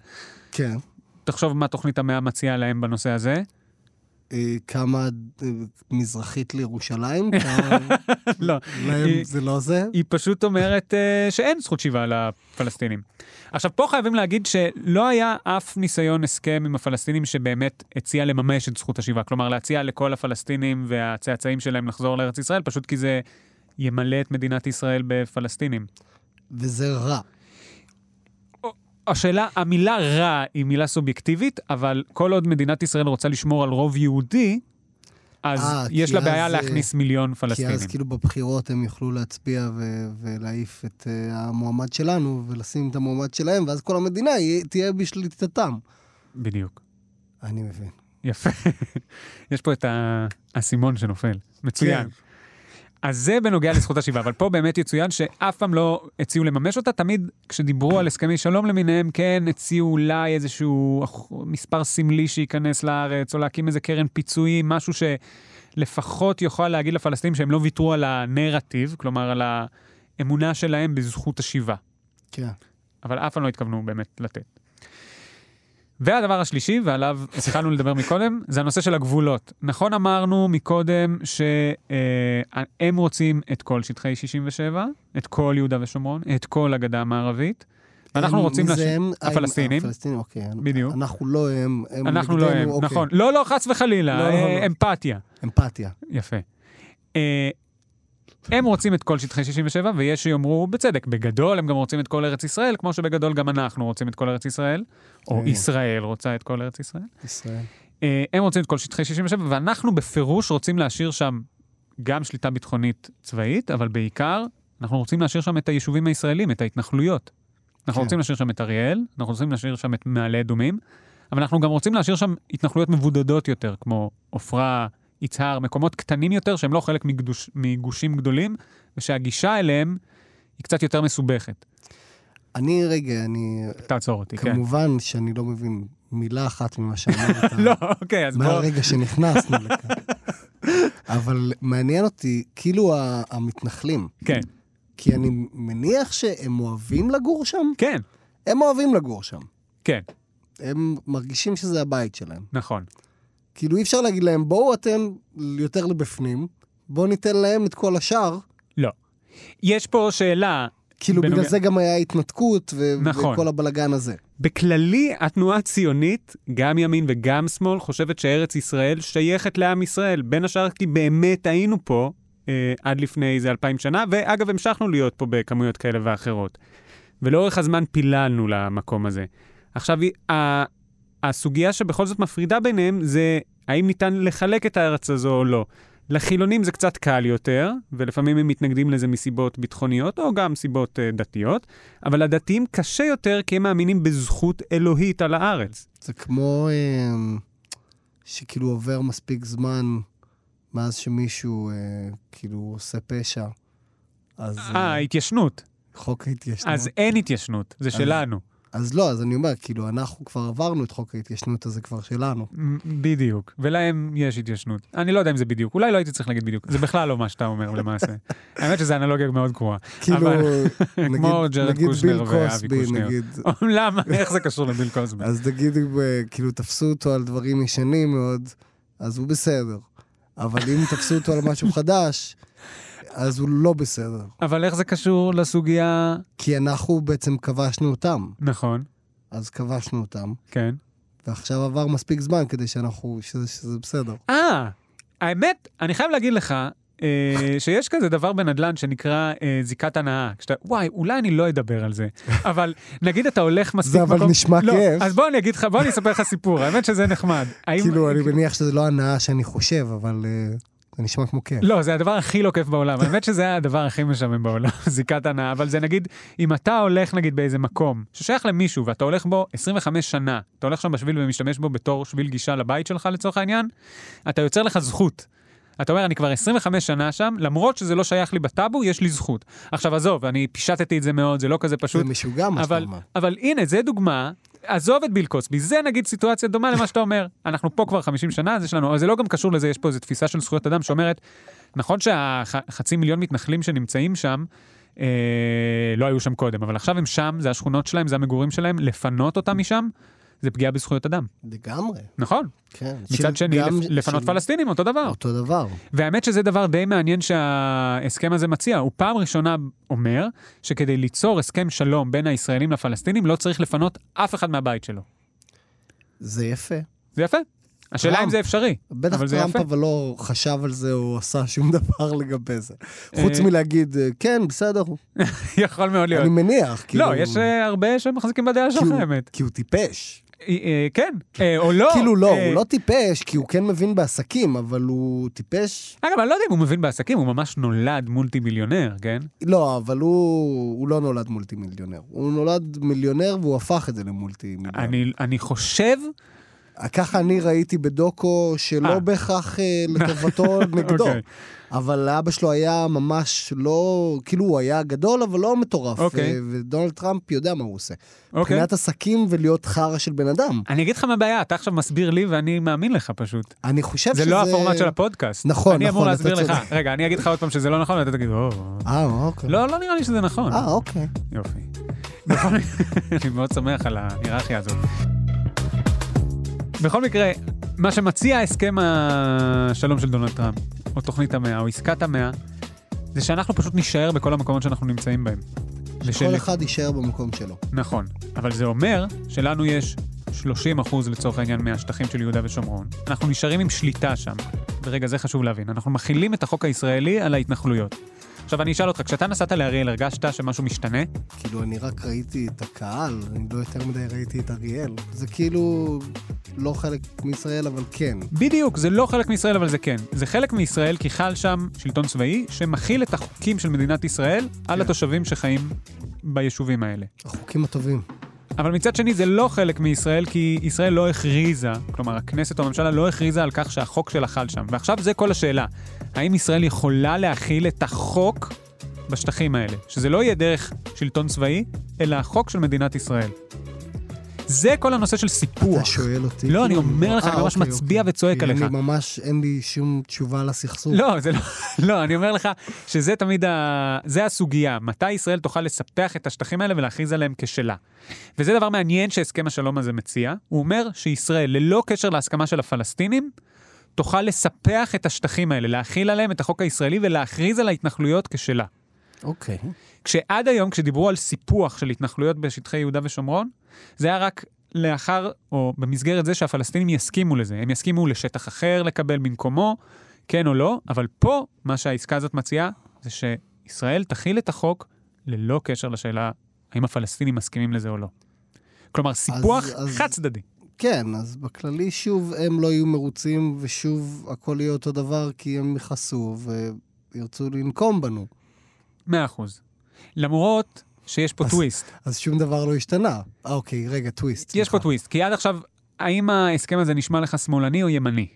S3: כן.
S2: תחשוב מה תוכנית המאה מציעה להם בנושא הזה.
S3: אה, כמה אה, מזרחית לירושלים, כמה...
S2: לא,
S3: להם
S2: היא-
S3: זה לא זה?
S2: היא פשוט אומרת אה, שאין זכות שיבה לפלסטינים. עכשיו, פה חייבים להגיד שלא היה אף ניסיון הסכם עם הפלסטינים שבאמת הציע לממש את זכות השיבה. כלומר, להציע לכל הפלסטינים והצאצאים שלהם לחזור לארץ ישראל, פשוט כי זה ימלא את מדינת ישראל בפלסטינים.
S3: וזה רע.
S2: השאלה, המילה רע היא מילה סובייקטיבית, אבל כל עוד מדינת ישראל רוצה לשמור על רוב יהודי, אז
S3: אה, כי
S2: יש לה
S3: אז,
S2: בעיה
S3: אה,
S2: להכניס מיליון
S3: כי
S2: פלסטינים.
S3: אז כאילו בבחירות הם יוכלו להצביע ו- ולהעיף את אה, המועמד שלנו ולשים את המועמד שלהם, ואז כל המדינה היא- תהיה בשליטתם.
S2: בדיוק.
S3: אני מבין.
S2: יפה. יש פה את האסימון שנופל. מצוין.
S3: כן.
S2: אז זה בנוגע לזכות השיבה, אבל פה באמת יצוין שאף פעם לא הציעו לממש אותה, תמיד כשדיברו על הסכמי שלום למיניהם, כן הציעו אולי איזשהו אח- מספר סמלי שייכנס לארץ, או להקים איזה קרן פיצויים, משהו שלפחות יוכל להגיד לפלסטינים שהם לא ויתרו על הנרטיב, כלומר על האמונה שלהם בזכות השיבה.
S3: כן.
S2: אבל אף פעם לא התכוונו באמת לתת. והדבר השלישי, ועליו התחלנו לדבר מקודם, זה הנושא של הגבולות. נכון אמרנו מקודם שהם רוצים את כל שטחי 67, את כל יהודה ושומרון, את כל הגדה המערבית. אנחנו
S3: הם-
S2: רוצים...
S3: מי
S2: לש-
S3: זה הם? אה,
S2: הפלסטינים.
S3: הפלסטינים, אוקיי.
S2: בדיוק.
S3: אנחנו לא הם, הם
S2: אנחנו לא הם,
S3: נגדנו, אוקיי.
S2: נכון. לא, לא, חס וחלילה,
S3: לא, לא,
S2: אה,
S3: לא.
S2: אמפתיה.
S3: אמפתיה.
S2: יפה. אה, הם רוצים את כל שטחי 67, ויש שיאמרו, בצדק, בגדול הם גם רוצים את כל ארץ ישראל, כמו שבגדול גם אנחנו רוצים את כל ארץ ישראל, או
S3: אה.
S2: ישראל רוצה את כל ארץ ישראל.
S3: ישראל.
S2: אה, הם רוצים את כל שטחי 67, ואנחנו בפירוש רוצים להשאיר שם גם שליטה ביטחונית צבאית, אבל בעיקר אנחנו רוצים להשאיר שם את היישובים הישראלים, את ההתנחלויות. אנחנו
S3: כן.
S2: רוצים להשאיר שם את אריאל, אנחנו רוצים להשאיר שם את מעלה אדומים, אבל אנחנו גם רוצים להשאיר שם התנחלויות מבודדות יותר, כמו עופרה, יצהר, מקומות קטנים יותר שהם לא חלק מגדוש, מגושים גדולים, ושהגישה אליהם היא קצת יותר מסובכת.
S3: אני, רגע, אני...
S2: תעצור אותי, כן.
S3: כמובן שאני לא מבין מילה אחת ממה שאמרת.
S2: לא, אוקיי, אז בוא...
S3: מהרגע שנכנסנו לכאן. אבל מעניין אותי, כאילו ה- המתנחלים,
S2: כן,
S3: כי אני מניח שהם אוהבים לגור שם?
S2: כן,
S3: הם אוהבים לגור שם.
S2: כן,
S3: הם מרגישים שזה הבית שלהם.
S2: נכון.
S3: כאילו אי אפשר להגיד להם, בואו אתם יותר לבפנים, בואו ניתן להם את כל השאר.
S2: לא. יש פה שאלה,
S3: כאילו
S2: בנוגע-
S3: בגלל זה גם היה התנתקות ו-
S2: נכון.
S3: וכל הבלגן הזה.
S2: בכללי, התנועה הציונית, גם ימין וגם שמאל, חושבת שארץ ישראל שייכת לעם ישראל. בין השאר כי באמת היינו פה אה, עד לפני איזה אלפיים שנה, ואגב, המשכנו להיות פה בכמויות כאלה ואחרות. ולאורך הזמן פיללנו למקום הזה. עכשיו, ה- הסוגיה שבכל זאת מפרידה ביניהם זה האם ניתן לחלק את הארץ הזו או לא. לחילונים זה קצת קל יותר, ולפעמים הם מתנגדים לזה מסיבות ביטחוניות או גם סיבות אה, דתיות, אבל לדתיים קשה יותר כי הם מאמינים בזכות אלוהית על הארץ.
S3: זה כמו אה, שכאילו עובר מספיק זמן מאז שמישהו אה, כאילו עושה פשע. אז
S2: אה,
S3: אה,
S2: התיישנות.
S3: חוק ההתיישנות.
S2: אז
S3: אז...
S2: אין התיישנות, זה שלנו.
S3: אז לא, אז אני אומר, כאילו, אנחנו כבר עברנו את חוק ההתיישנות הזה כבר שלנו.
S2: מ- בדיוק, ולהם יש התיישנות. אני לא יודע אם זה בדיוק, אולי לא הייתי צריך להגיד בדיוק, זה בכלל לא מה שאתה אומר למעשה. האמת שזו אנלוגיה מאוד גרועה.
S3: כאילו,
S2: אבל-
S3: נגיד,
S2: כמו ג'רד
S3: נגיד ביל
S2: קושנר ואבי
S3: קוסבי,
S2: קושנר.
S3: נגיד.
S2: למה? איך זה קשור לביל קוסבי?
S3: אז נגיד, אם, אה, כאילו, תפסו אותו על דברים ישנים מאוד, אז הוא בסדר. אבל אם תפסו אותו על משהו חדש, אז הוא לא בסדר.
S2: אבל איך זה קשור לסוגיה...
S3: כי אנחנו בעצם כבשנו אותם.
S2: נכון,
S3: אז כבשנו אותם,
S2: כן.
S3: ועכשיו עבר מספיק זמן כדי שאנחנו, שזה, שזה בסדר.
S2: אה, האמת, אני חייב להגיד לך, אה, שיש כזה דבר בנדל"ן שנקרא אה, זיקת הנאה. כשאתה, וואי, אולי אני לא אדבר על זה, אבל נגיד אתה הולך מספיק...
S3: אבל
S2: מקום-
S3: נשמע
S2: לא,
S3: כיף.
S2: אז בוא אני אגיד לך, בוא אני אספר לך סיפור, האמת שזה נחמד. האם- אה,
S3: כאילו, אני מניח שזה לא הנאה שאני חושב, אבל אה, זה נשמע כמו כיף.
S2: לא, זה הדבר הכי לא כיף בעולם. האמת שזה היה הדבר הכי משעמם בעולם, זיקת הנאה, אבל זה נגיד, אם אתה הולך נגיד באיזה מקום ששייך למישהו ואתה הולך בו 25 שנה, אתה הולך שם בשביל ומשתמש בו בתור שביל גישה לבית שלך לצורך העניין, אתה יוצר לך זכות. אתה אומר, אני כבר 25 שנה שם, למרות שזה לא שייך לי בטאבו, יש לי זכות. עכשיו, עזוב, אני פישטתי את זה מאוד, זה לא כזה
S3: זה
S2: פשוט.
S3: משוגע מה שאתה
S2: אבל,
S3: אומר.
S2: אבל הנה, זה דוגמה, עזוב את ביל קוסבי, זה נגיד סיטואציה דומה למה שאתה אומר. אנחנו פה כבר 50 שנה, אז יש לנו, אבל זה לא גם קשור לזה, יש פה איזו תפיסה של זכויות אדם שאומרת, נכון שהחצי מיליון מתנחלים שנמצאים שם, אה, לא היו שם קודם, אבל עכשיו הם שם, זה השכונות שלהם, זה המגורים שלהם, לפנות אותם משם, זה פגיעה בזכויות אדם,
S3: לגמרי,
S2: נכון?
S3: כן.
S2: מצד
S3: של-
S2: שני,
S3: גם
S2: לפ-
S3: של-
S2: לפנות פלסטינים, אותו דבר.
S3: אותו דבר.
S2: והאמת שזה דבר די מעניין שההסכם הזה מציע. הוא פעם ראשונה אומר שכדי ליצור הסכם שלום בין הישראלים לפלסטינים, לא צריך לפנות אף אחד מהבית שלו.
S3: זה יפה.
S2: זה יפה. השאלה
S3: טראמפ.
S2: אם זה אפשרי.
S3: בטח
S2: אבל זה
S3: טראמפ
S2: יפה.
S3: אבל לא חשב על זה או עשה שום דבר לגבי זה. חוץ מלהגיד, אה, כן, בסדר,
S2: יכול מאוד להיות.
S3: אני מניח. כאילו-
S2: לא, יש אה, הרבה שמחזיקים בדעה
S3: כי
S2: שלך,
S3: הוא-
S2: האמת.
S3: כי הוא טיפש.
S2: אה, אה, כן, אה, או לא.
S3: כאילו לא,
S2: אה,
S3: הוא לא טיפש, כי הוא כן מבין בעסקים, אבל הוא טיפש
S2: אגב, אני לא יודע אם הוא מבין בעסקים, הוא ממש נולד מולטי מיליונר, כן?
S3: לא, אבל הוא, הוא לא נולד מולטי מיליונר. הוא נולד מיליונר והוא הפך את זה למולטי מיליונר. אני...
S2: אני- אני חושב,
S3: ככה אני ראיתי בדוקו שלא
S2: אה.
S3: בהכרח אה, לטובתו נגדו.
S2: אוקיי.
S3: אבל אבא שלו היה ממש לא, כאילו הוא היה גדול אבל לא מטורף.
S2: אוקיי.
S3: אה, ודונלד טראמפ יודע מה הוא עושה.
S2: אוקיי.
S3: מבחינת עסקים ולהיות חרא של בן אדם.
S2: אני אגיד לך מה הבעיה, אתה עכשיו מסביר לי ואני מאמין לך פשוט.
S3: אני חושב
S2: זה
S3: שזה...
S2: לא הפורמט של הפודקאסט.
S3: נכון,
S2: אני אמור
S3: נכון,
S2: להסביר
S3: אתה
S2: לך.
S3: צודק.
S2: רגע, אני אגיד לך עוד פעם שזה לא נכון, ואתה תגיד, "או,
S3: אה, אוקיי.
S2: לא, לא נראה לי שזה נכון.
S3: אה, אוקיי.
S2: יופי. בכל מקרה, אני מאוד שמח על ההיררכיה הזאת. בכל מקרה, מה שמציע הסכם השלום של דונלד טראמפ, או תוכנית המאה, או עסקת המאה, זה שאנחנו פשוט נישאר בכל המקומות שאנחנו נמצאים בהם.
S3: כל
S2: ושל-
S3: אחד יישאר במקום שלו.
S2: נכון, אבל זה אומר שלנו יש 30 אחוז לצורך העניין מהשטחים של יהודה ושומרון. אנחנו נשארים עם שליטה שם. ורגע, זה חשוב להבין. אנחנו מכילים את החוק הישראלי על ההתנחלויות. עכשיו אני אשאל אותך, כשאתה נסעת לאריאל הרגשת שמשהו משתנה?
S3: כאילו, אני רק ראיתי את הקהל, אני לא יותר מדי ראיתי את אריאל. זה כאילו לא חלק מישראל, אבל כן.
S2: בדיוק, זה לא חלק מישראל, אבל זה כן. זה חלק מישראל כי חל שם שלטון צבאי שמכיל את החוקים של מדינת ישראל על התושבים שחיים ביישובים האלה.
S3: החוקים הטובים.
S2: אבל מצד שני זה לא חלק מישראל, כי ישראל לא הכריזה, כלומר הכנסת או הממשלה לא הכריזה על כך שהחוק שלה חל שם. ועכשיו זה כל השאלה, האם ישראל יכולה להכיל את החוק בשטחים האלה? שזה לא יהיה דרך שלטון צבאי, אלא החוק של מדינת ישראל. זה כל הנושא של סיפוח.
S3: אתה שואל אותי.
S2: לא, אני אומר לך,
S3: אה,
S2: אני ממש
S3: אוקיי,
S2: מצביע
S3: אוקיי.
S2: וצועק
S3: כי
S2: עליך.
S3: אני ממש, אין לי שום תשובה לסכסוך.
S2: לא, זה לא, לא, אני אומר לך שזה תמיד, ה... זה הסוגיה, מתי ישראל תוכל לספח את השטחים האלה ולהכריז עליהם כשלה. וזה דבר מעניין שהסכם השלום הזה מציע, הוא אומר שישראל, ללא קשר להסכמה של הפלסטינים, תוכל לספח את השטחים האלה, להכיל עליהם את החוק הישראלי ולהכריז על ההתנחלויות כשלה.
S3: אוקיי.
S2: כשעד היום, כשדיברו על סיפוח של התנחלויות בשטחי יהודה ושומרון, זה היה רק לאחר, או במסגרת זה שהפלסטינים יסכימו לזה. הם יסכימו לשטח אחר לקבל במקומו, כן או לא, אבל פה, מה שהעסקה הזאת מציעה, זה שישראל תכיל את החוק ללא קשר לשאלה האם הפלסטינים מסכימים לזה או לא. כלומר, סיפוח
S3: אז-
S2: חד צדדי.
S3: כן, אז בכללי שוב הם לא יהיו מרוצים, ושוב הכל יהיה אותו דבר, כי הם יכעסו וירצו לנקום בנו.
S2: מאה אחוז. למרות שיש פה
S3: אז-
S2: טוויסט.
S3: אז שום דבר לא השתנה. אה, אוקיי, רגע, טוויסט.
S2: יש פה
S3: סליחה.
S2: טוויסט, כי עד עכשיו, האם ההסכם הזה נשמע לך שמאלני או ימני?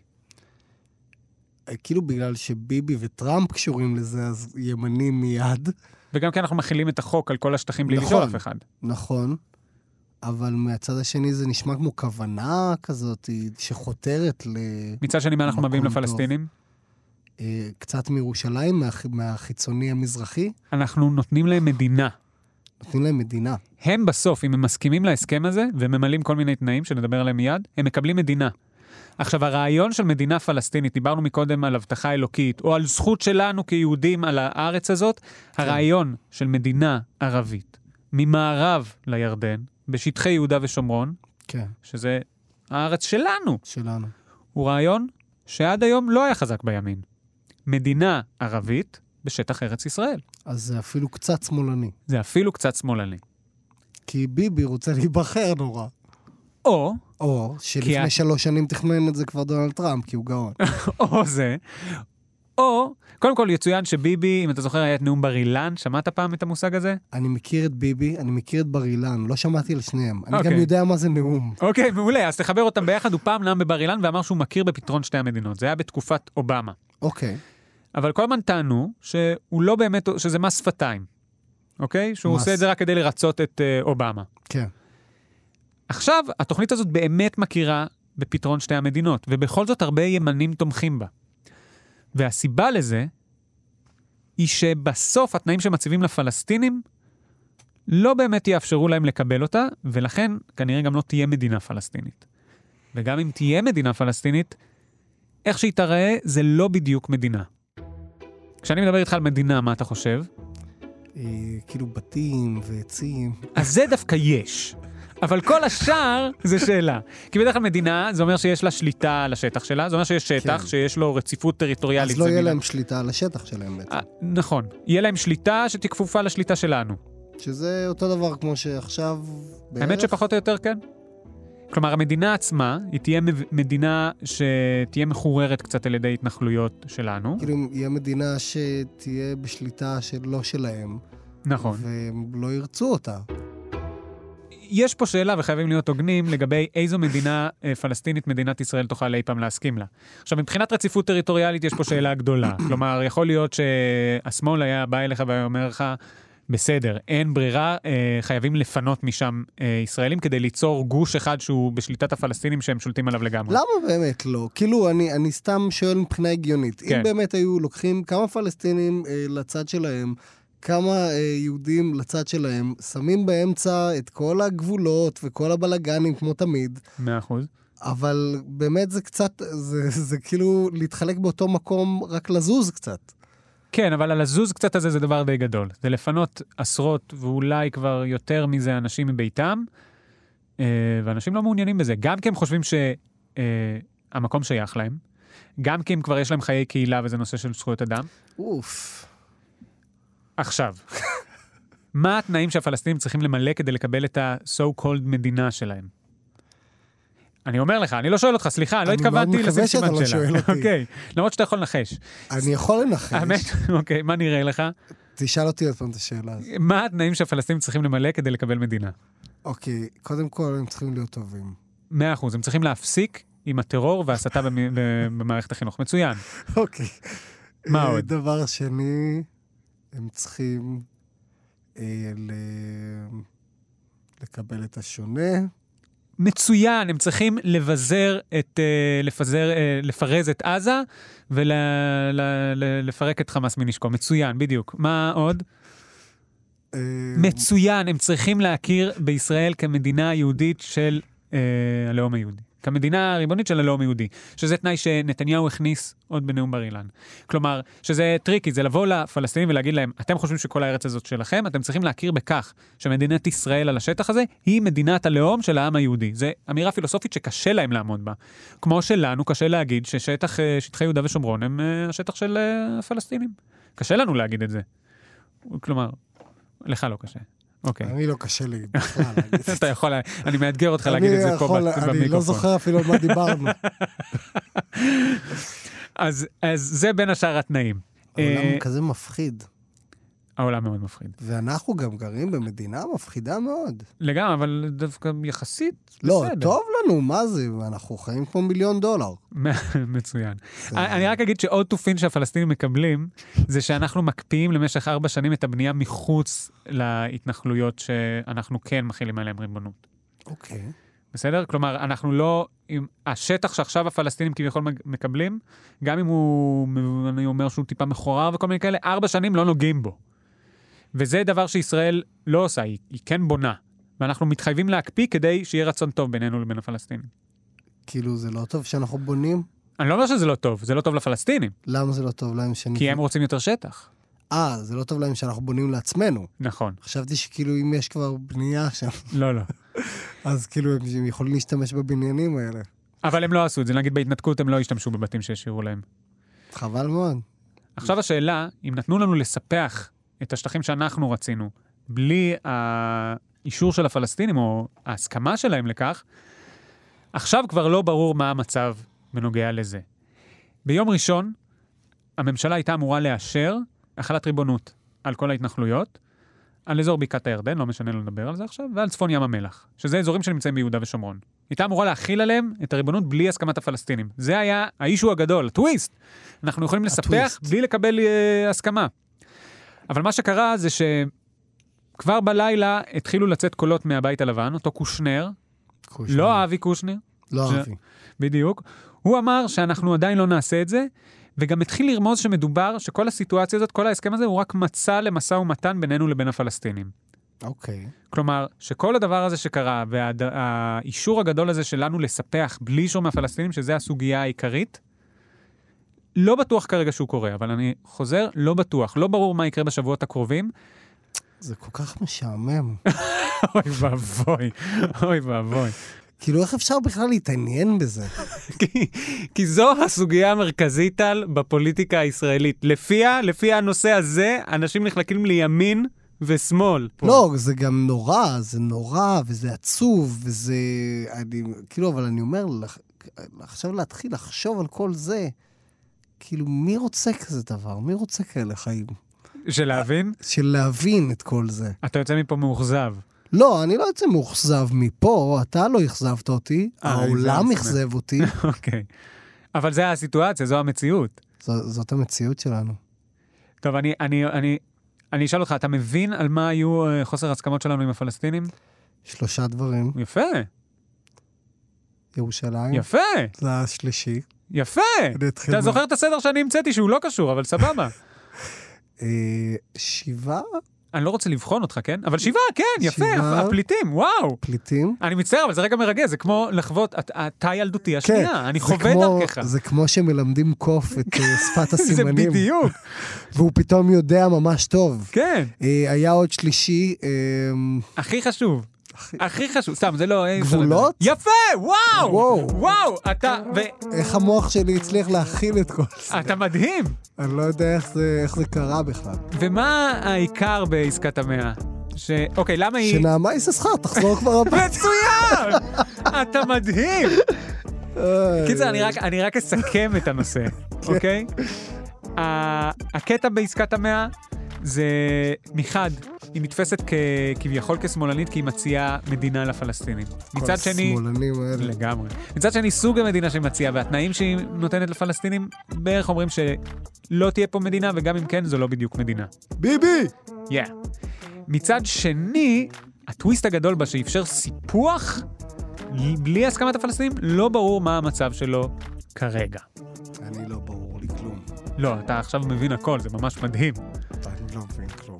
S3: אה, כאילו בגלל שביבי וטראמפ קשורים לזה, אז ימני מיד.
S2: וגם כי אנחנו מכילים את החוק על כל השטחים בלי
S3: נכון.
S2: לשאול אף אחד.
S3: נכון, אבל מהצד השני זה נשמע כמו כוונה כזאת היא, שחותרת ל...
S2: מצד שני, מה אנחנו
S3: מקום
S2: מביאים
S3: טוב.
S2: לפלסטינים?
S3: אה, קצת מירושלים, מהח... מהחיצוני המזרחי,
S2: אנחנו נותנים להם מדינה.
S3: נותנים להם מדינה.
S2: הם בסוף, אם הם מסכימים להסכם הזה, וממלאים כל מיני תנאים, שנדבר עליהם מיד, הם מקבלים מדינה. עכשיו, הרעיון של מדינה פלסטינית, דיברנו מקודם על הבטחה אלוקית, או על זכות שלנו כיהודים על הארץ הזאת,
S3: כן.
S2: הרעיון של מדינה ערבית, ממערב לירדן, בשטחי יהודה ושומרון,
S3: כן.
S2: שזה הארץ שלנו,
S3: שלנו.
S2: הוא רעיון שעד היום לא היה חזק בימין. מדינה ערבית בשטח ארץ ישראל.
S3: אז זה אפילו קצת שמאלני.
S2: זה אפילו קצת שמאלני.
S3: כי ביבי רוצה להיבחר נורא.
S2: או,
S3: או שלפני
S2: כי-
S3: שלוש שנים תכנן את זה כבר דונלד טראמפ, כי הוא גאון.
S2: או זה, או, קודם כל יצוין שביבי, אם אתה זוכר, היה את נאום בר אילן, שמעת פעם את המושג הזה?
S3: אני מכיר את ביבי, אני מכיר את בר אילן, לא שמעתי על שניהם. אני גם
S2: אוקיי.
S3: יודע מה זה נאום.
S2: אוקיי, מעולה, אז תחבר אותם ביחד. הוא פעם נאם בבר אילן ואמר שהוא מכיר בפתרון שתי המדינות. זה היה בתקופת אובמה.
S3: אוקיי.
S2: אבל כל הזמן טענו שהוא לא באמת, שזה מס שפתיים, אוקיי? שהוא
S3: מס.
S2: עושה את זה רק כדי לרצות את אה, אובמה.
S3: כן.
S2: עכשיו, התוכנית הזאת באמת מכירה בפתרון שתי המדינות, ובכל זאת הרבה ימנים תומכים בה. והסיבה לזה היא שבסוף התנאים שמציבים לפלסטינים לא באמת יאפשרו להם לקבל אותה, ולכן כנראה גם לא תהיה מדינה פלסטינית. וגם אם תהיה מדינה פלסטינית, איך שהיא תראה, זה לא בדיוק מדינה. כשאני מדבר איתך על מדינה, מה אתה חושב?
S3: אה, כאילו בתים ועצים.
S2: אז זה דווקא יש. אבל כל השאר זה שאלה. כי בדרך כלל מדינה, זה אומר שיש לה שליטה על השטח שלה, זה אומר שיש שטח
S3: כן.
S2: שיש לו רציפות טריטוריאלית.
S3: אז לא
S2: זה
S3: יהיה
S2: מילה-
S3: להם שליטה על השטח שלהם בעצם.
S2: אה, נכון. יהיה להם שליטה שתהיה כפופה לשליטה שלנו.
S3: שזה אותו דבר כמו שעכשיו בערך.
S2: האמת שפחות או יותר כן. כלומר, המדינה עצמה, היא תהיה מב- מדינה שתהיה מחוררת קצת על ידי התנחלויות שלנו.
S3: כאילו, אם יהיה מדינה שתהיה בשליטה של לא שלהם,
S2: נכון.
S3: והם לא ירצו אותה.
S2: יש פה שאלה, וחייבים להיות הוגנים, לגבי איזו מדינה אה, פלסטינית מדינת ישראל תוכל אי פעם להסכים לה. עכשיו, מבחינת רציפות טריטוריאלית יש פה שאלה גדולה. כלומר, יכול להיות שהשמאל היה בא אליך והיה אומר לך, בסדר, אין ברירה, אה, חייבים לפנות משם אה, ישראלים כדי ליצור גוש אחד שהוא בשליטת הפלסטינים שהם שולטים עליו לגמרי.
S3: למה באמת לא? כאילו, אני, אני סתם שואל מבחינה הגיונית.
S2: כן.
S3: אם באמת היו לוקחים כמה פלסטינים אה, לצד שלהם, כמה אה, יהודים לצד שלהם, שמים באמצע את כל הגבולות וכל הבלגנים, כמו תמיד,
S2: מאה אחוז.
S3: אבל באמת זה קצת, זה, זה כאילו להתחלק באותו מקום, רק לזוז קצת.
S2: כן, אבל על הזוז קצת הזה זה דבר די גדול. זה לפנות עשרות ואולי כבר יותר מזה אנשים מביתם, אה, ואנשים לא מעוניינים בזה. גם כי הם חושבים שהמקום שייך להם, גם כי הם כבר יש להם חיי קהילה וזה נושא של זכויות אדם.
S3: אוף.
S2: עכשיו, מה התנאים שהפלסטינים צריכים למלא כדי לקבל את ה-so called מדינה שלהם? אני אומר לך, אני לא שואל אותך, סליחה, אני לא
S3: אני מאוד
S2: התכוונתי
S3: מקווה
S2: לשים
S3: שאתה
S2: סימן
S3: לא
S2: שאלה.
S3: שואל אותי. כן.
S2: אוקיי, למרות שאתה יכול לנחש.
S3: אני יכול לנחש.
S2: האמת, אוקיי, מה נראה לך?
S3: תשאל אותי עוד פעם את השאלה הזאת.
S2: מה התנאים שהפלסטינים צריכים למלא כדי לקבל מדינה?
S3: אוקיי, קודם כל הם צריכים להיות טובים.
S2: מאה אחוז, הם צריכים להפסיק עם הטרור וההסתה במ- ב- במערכת החינוך. מצוין.
S3: אוקיי.
S2: מה
S3: אה,
S2: עוד?
S3: דבר שני, הם צריכים אה, ל- לקבל את השונה.
S2: מצוין, הם צריכים לבזר את, אה, לפזר, אה, לפרז את עזה ולפרק את חמאס מנשקו. מצוין, בדיוק. מה עוד?
S3: אה,
S2: מצוין, הם צריכים להכיר בישראל כמדינה יהודית של אה, הלאום היהודי. כמדינה הריבונית של הלאום היהודי, שזה תנאי שנתניהו הכניס עוד בנאום בר אילן. כלומר, שזה טריקי, זה לבוא לפלסטינים ולהגיד להם, אתם חושבים שכל הארץ הזאת שלכם, אתם צריכים להכיר בכך שמדינת ישראל על השטח הזה היא מדינת הלאום של העם היהודי. זו אמירה פילוסופית שקשה להם לעמוד בה. כמו שלנו קשה להגיד ששטח, אה, שטחי יהודה ושומרון הם אה, השטח של אה, הפלסטינים. קשה לנו להגיד את זה. כלומר, לך לא קשה. אוקיי.
S3: אני לא קשה לי בכלל להגיד.
S2: אתה יכול, אני מאתגר אותך להגיד את זה
S3: אני
S2: פה
S3: יכול-
S2: במיקרופון.
S3: אני לא זוכר אפילו על מה דיברנו.
S2: אז אז זה בין השאר התנאים. אה,
S3: העולם כזה מפחיד,
S2: העולם מאוד מפחיד.
S3: ואנחנו גם גרים במדינה מפחידה מאוד.
S2: לגמרי, אבל דווקא יחסית,
S3: לא,
S2: בסדר.
S3: טוב לנו, מה זה? אנחנו חיים כמו מיליון דולר.
S2: מצוין. אני אה, אני רק אגיד שעוד תופין שהפלסטינים מקבלים, זה שאנחנו מקפיאים למשך ארבע שנים את הבנייה מחוץ להתנחלויות שאנחנו כן מכילים עליהן ריבונות.
S3: אוקיי.
S2: בסדר? כלומר, אנחנו לא... אם, השטח שעכשיו הפלסטינים כביכול מג- מקבלים, גם אם הוא, מ- אני אומר שהוא טיפה מכוער וכל מיני כאלה, ארבע שנים לא נוגעים בו. וזה דבר שישראל לא עושה, היא, היא כן בונה. ואנחנו מתחייבים להקפיא כדי שיהיה רצון טוב בינינו לבין הפלסטינים.
S3: כאילו, זה לא טוב שאנחנו בונים?
S2: אני לא אומר שזה לא טוב, זה לא טוב לפלסטינים,
S3: למה זה לא טוב להם שנבנה?
S2: כי הם רוצים יותר שטח.
S3: אה, זה לא טוב להם שאנחנו בונים לעצמנו.
S2: נכון.
S3: חשבתי שכאילו אם יש כבר בנייה שם,
S2: לא, לא.
S3: אז כאילו הם- הם יכולים להשתמש בבניינים האלה.
S2: אבל הם לא עשו את זה, נגיד בהתנתקות הם לא השתמשו בבתים שהשאירו להם.
S3: חבל מאוד.
S2: עכשיו השאלה, אם נתנו לנו לספח את השטחים שאנחנו רצינו, בלי האישור של הפלסטינים או ההסכמה שלהם לכך, עכשיו כבר לא ברור מה המצב בנוגע לזה. ביום ראשון, הממשלה הייתה אמורה לאשר החלת ריבונות על כל ההתנחלויות, על אזור בקעת הירדן, לא משנה לא לדבר על זה עכשיו, ועל צפון ים המלח, שזה אזורים שנמצאים ביהודה ושומרון. הייתה אמורה להכיל עליהם את הריבונות בלי הסכמת הפלסטינים. זה היה האישו הגדול, הטוויסט. אנחנו יכולים לספח
S3: הטוויסט.
S2: בלי לקבל אה, הסכמה. אבל מה שקרה זה שכבר בלילה התחילו לצאת קולות מהבית הלבן, אותו קושנר,
S3: קושניר.
S2: לא אבי קושנר,
S3: לא
S2: זה-
S3: אהבי.
S2: בדיוק. הוא אמר שאנחנו עדיין לא נעשה את זה, וגם התחיל לרמוז שמדובר, שכל הסיטואציה הזאת, כל ההסכם הזה, הוא רק מצע למשא ומתן בינינו לבין הפלסטינים.
S3: אוקיי.
S2: כלומר, שכל הדבר הזה שקרה, והאישור הגדול הזה שלנו לספח בלי אישור מהפלסטינים, שזה הסוגיה העיקרית, לא בטוח כרגע שהוא קורה, אבל אני חוזר, לא בטוח. לא ברור מה יקרה בשבועות הקרובים.
S3: זה כל כך משעמם.
S2: אוי ואבוי, אוי ואבוי.
S3: כאילו, איך אפשר בכלל להתעניין בזה?
S2: כי, כי זו הסוגיה המרכזית, טל, בפוליטיקה הישראלית. לפיה, לפי הנושא הזה, אנשים נחלקים לימין ושמאל.
S3: לא, זה גם נורא, זה נורא, וזה עצוב, וזה... אני, כאילו, אבל אני אומר, לך- עכשיו להתחיל לחשוב על כל זה, כאילו, מי רוצה כזה דבר? מי רוצה כאלה חיים?
S2: שלהבין,
S3: של להבין את כל זה.
S2: אתה יוצא מפה מאוכזב.
S3: לא, אני לא יוצא מאוכזב מפה, אתה לא אכזבת אותי,
S2: אה,
S3: העולם
S2: זה
S3: אכזב אותי.
S2: אוקיי. אבל זו הסיטואציה, זו המציאות.
S3: זו- זאת המציאות שלנו.
S2: טוב, אני, אני, אני, אני אשאל אותך, אתה מבין על מה היו אה, חוסר הסכמות שלנו עם הפלסטינים?
S3: שלושה דברים,
S2: יפה,
S3: כן. ירושלים,
S2: יפה,
S3: זה השלישי.
S2: יפה.
S3: אני אתחיל
S2: אתה
S3: מה-
S2: זוכר את הסדר שאני המצאתי שהוא לא קשור, אבל סבבה.
S3: אה, שבעה
S2: אני לא רוצה לבחון אותך, כן? אבל שבעה, כן, יפה,
S3: שבעה.
S2: הפליטים, וואו.
S3: פליטים.
S2: אני מצטער, אבל זה רגע מרגש, זה כמו לחוות את- התא הילדותי השנייה, אני
S3: כן, זה
S2: חווה
S3: כמו-
S2: דרכך.
S3: זה כמו שמלמדים קוף את אה, שפת
S2: זה
S3: הסימנים,
S2: בדיוק,
S3: והוא פתאום יודע ממש טוב.
S2: כן,
S3: אה, היה עוד שלישי, אה,
S2: הכי חשוב. הכי חשוב, סתם, זה לא... אי אפשר
S3: גבולות?
S2: לדבר. יפה, וואו!
S3: וואו.
S2: וואו, אתה, ו-
S3: איך המוח שלי הצליח להכיל את כל זה?
S2: אתה מדהים.
S3: אני לא יודע איך זה- איך זה קרה בכלל.
S2: ומה העיקר בעסקת המאה? ש... אוקיי, למה היא...
S3: שנעמה יששכר, תחזור כבר הביתה.
S2: מצוין! אתה מדהים!
S3: אה,
S2: קיצר, אני רק- אני רק אסכם את הנושא, אוקיי? ה- הקטע בעסקת המאה זה מחד, היא נתפסת כ... כביכול כשמאלנית כי היא מציעה מדינה לפלסטינים.
S3: כל
S2: מצד שני...
S3: השמאלנים האלה.
S2: לגמרי. מצד שני, סוג המדינה שהיא מציעה והתנאים שהיא נותנת לפלסטינים, בערך אומרים שלא תהיה פה מדינה, וגם אם כן, זו לא בדיוק מדינה.
S3: ביבי!
S2: יא. Yeah. מצד שני, הטוויסט הגדול בה שאפשר סיפוח, בלי הסכמת הפלסטינים, לא ברור מה המצב שלו כרגע.
S3: אני לא ברור לי כלום.
S2: לא, אתה עכשיו מבין הכל, זה ממש מדהים.
S3: אני לא מבין כלום.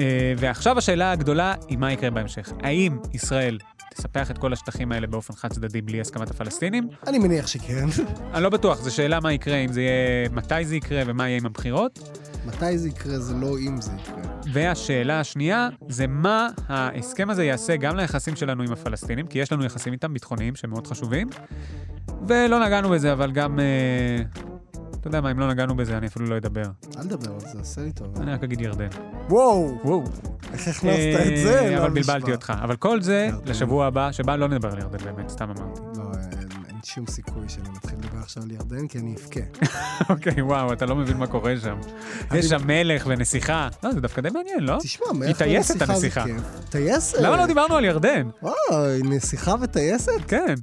S2: אה, ועכשיו השאלה הגדולה היא מה יקרה בהמשך. האם ישראל תספח את כל השטחים האלה באופן חד-צדדי בלי הסכמת הפלסטינים?
S3: אני מניח שכן.
S2: אני לא בטוח, זו שאלה מה יקרה, אם זה יהיה, מתי זה יקרה ומה יהיה עם הבחירות.
S3: מתי זה יקרה זה לא אם זה יקרה.
S2: והשאלה השנייה זה מה ההסכם הזה יעשה גם ליחסים שלנו עם הפלסטינים, כי יש לנו יחסים איתם ביטחוניים שמאוד חשובים, ולא נגענו בזה, אבל גם... אה, אתה יודע מה, אם לא נגענו בזה, אני אפילו לא אדבר.
S3: אל תדבר על זה, עשה לי טובה.
S2: אני רק אגיד ירדן.
S3: וואו!
S2: וואו.
S3: איך הכנסת את
S2: אה,
S3: זה?
S2: אבל
S3: למשוואה?
S2: בלבלתי אותך. אבל כל זה
S3: ירדן.
S2: לשבוע הבא, שבה לא נדבר על ירדן באמת, סתם אמרתי.
S3: לא, אין- אין שום סיכוי שאני מתחיל לדבר עכשיו על ירדן, כי אני אבכה.
S2: אוקיי, וואו, אתה לא מבין מה קורה שם. יש שם מלך ונסיכה. לא, זה דווקא די מעניין, לא?
S3: תשמע,
S2: היא
S3: מאיך
S2: טייסת הנסיכה.
S3: טייסת?
S2: למה לא דיברנו על ירדן?
S3: וואי, נסיכה וטייסת?
S2: כן,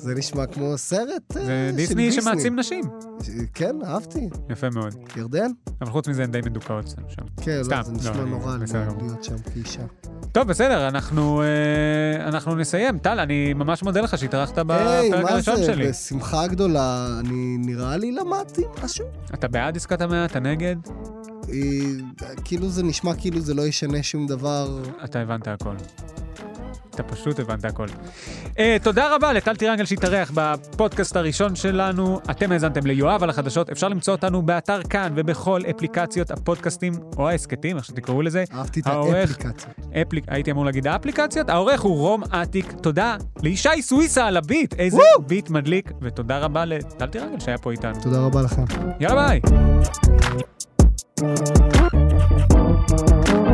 S3: זה נשמע כמו סרט אה,
S2: זה
S3: של
S2: דיסני שמעצים נשים.
S3: ש- כן, אהבתי.
S2: יפה מאוד.
S3: ירדן?
S2: אבל חוץ מזה הן די מדוכאות שם.
S3: כן,
S2: סתם,
S3: לא, זה נשמע
S2: לא,
S3: נורא
S2: בסדר גמור.
S3: להיות שם כאישה.
S2: טוב, בסדר, אנחנו, אה, אנחנו נסיים. טל, אני ממש מודה לך שהתארחת בפרק
S3: מה
S2: הראשון
S3: זה?
S2: שלי.
S3: בשמחה גדולה, אני נראה לי למדתי משהו.
S2: אתה בעד עסקת המאה? אתה נגד?
S3: אה, כאילו זה נשמע כאילו זה לא ישנה שום דבר.
S2: אתה הבנת הכל. אתה פשוט הבנת הכל. אה, תודה רבה לטל טירנגל שהתארח בפודקאסט הראשון שלנו. אתם האזנתם ליואב על החדשות. אפשר למצוא אותנו באתר כאן ובכל אפליקציות הפודקאסטים או ההסכתים, איך שתקראו לזה.
S3: אהבתי את
S2: העורך-
S3: האפליקציות.
S2: אפליק... הייתי אמור להגיד האפליקציות. העורך הוא רום אטיק. תודה לישי סוויסה על הביט. איזה ביט מדליק. ותודה רבה לטל טירנגל שהיה פה איתנו.
S3: תודה רבה לך.
S2: יאללה ביי.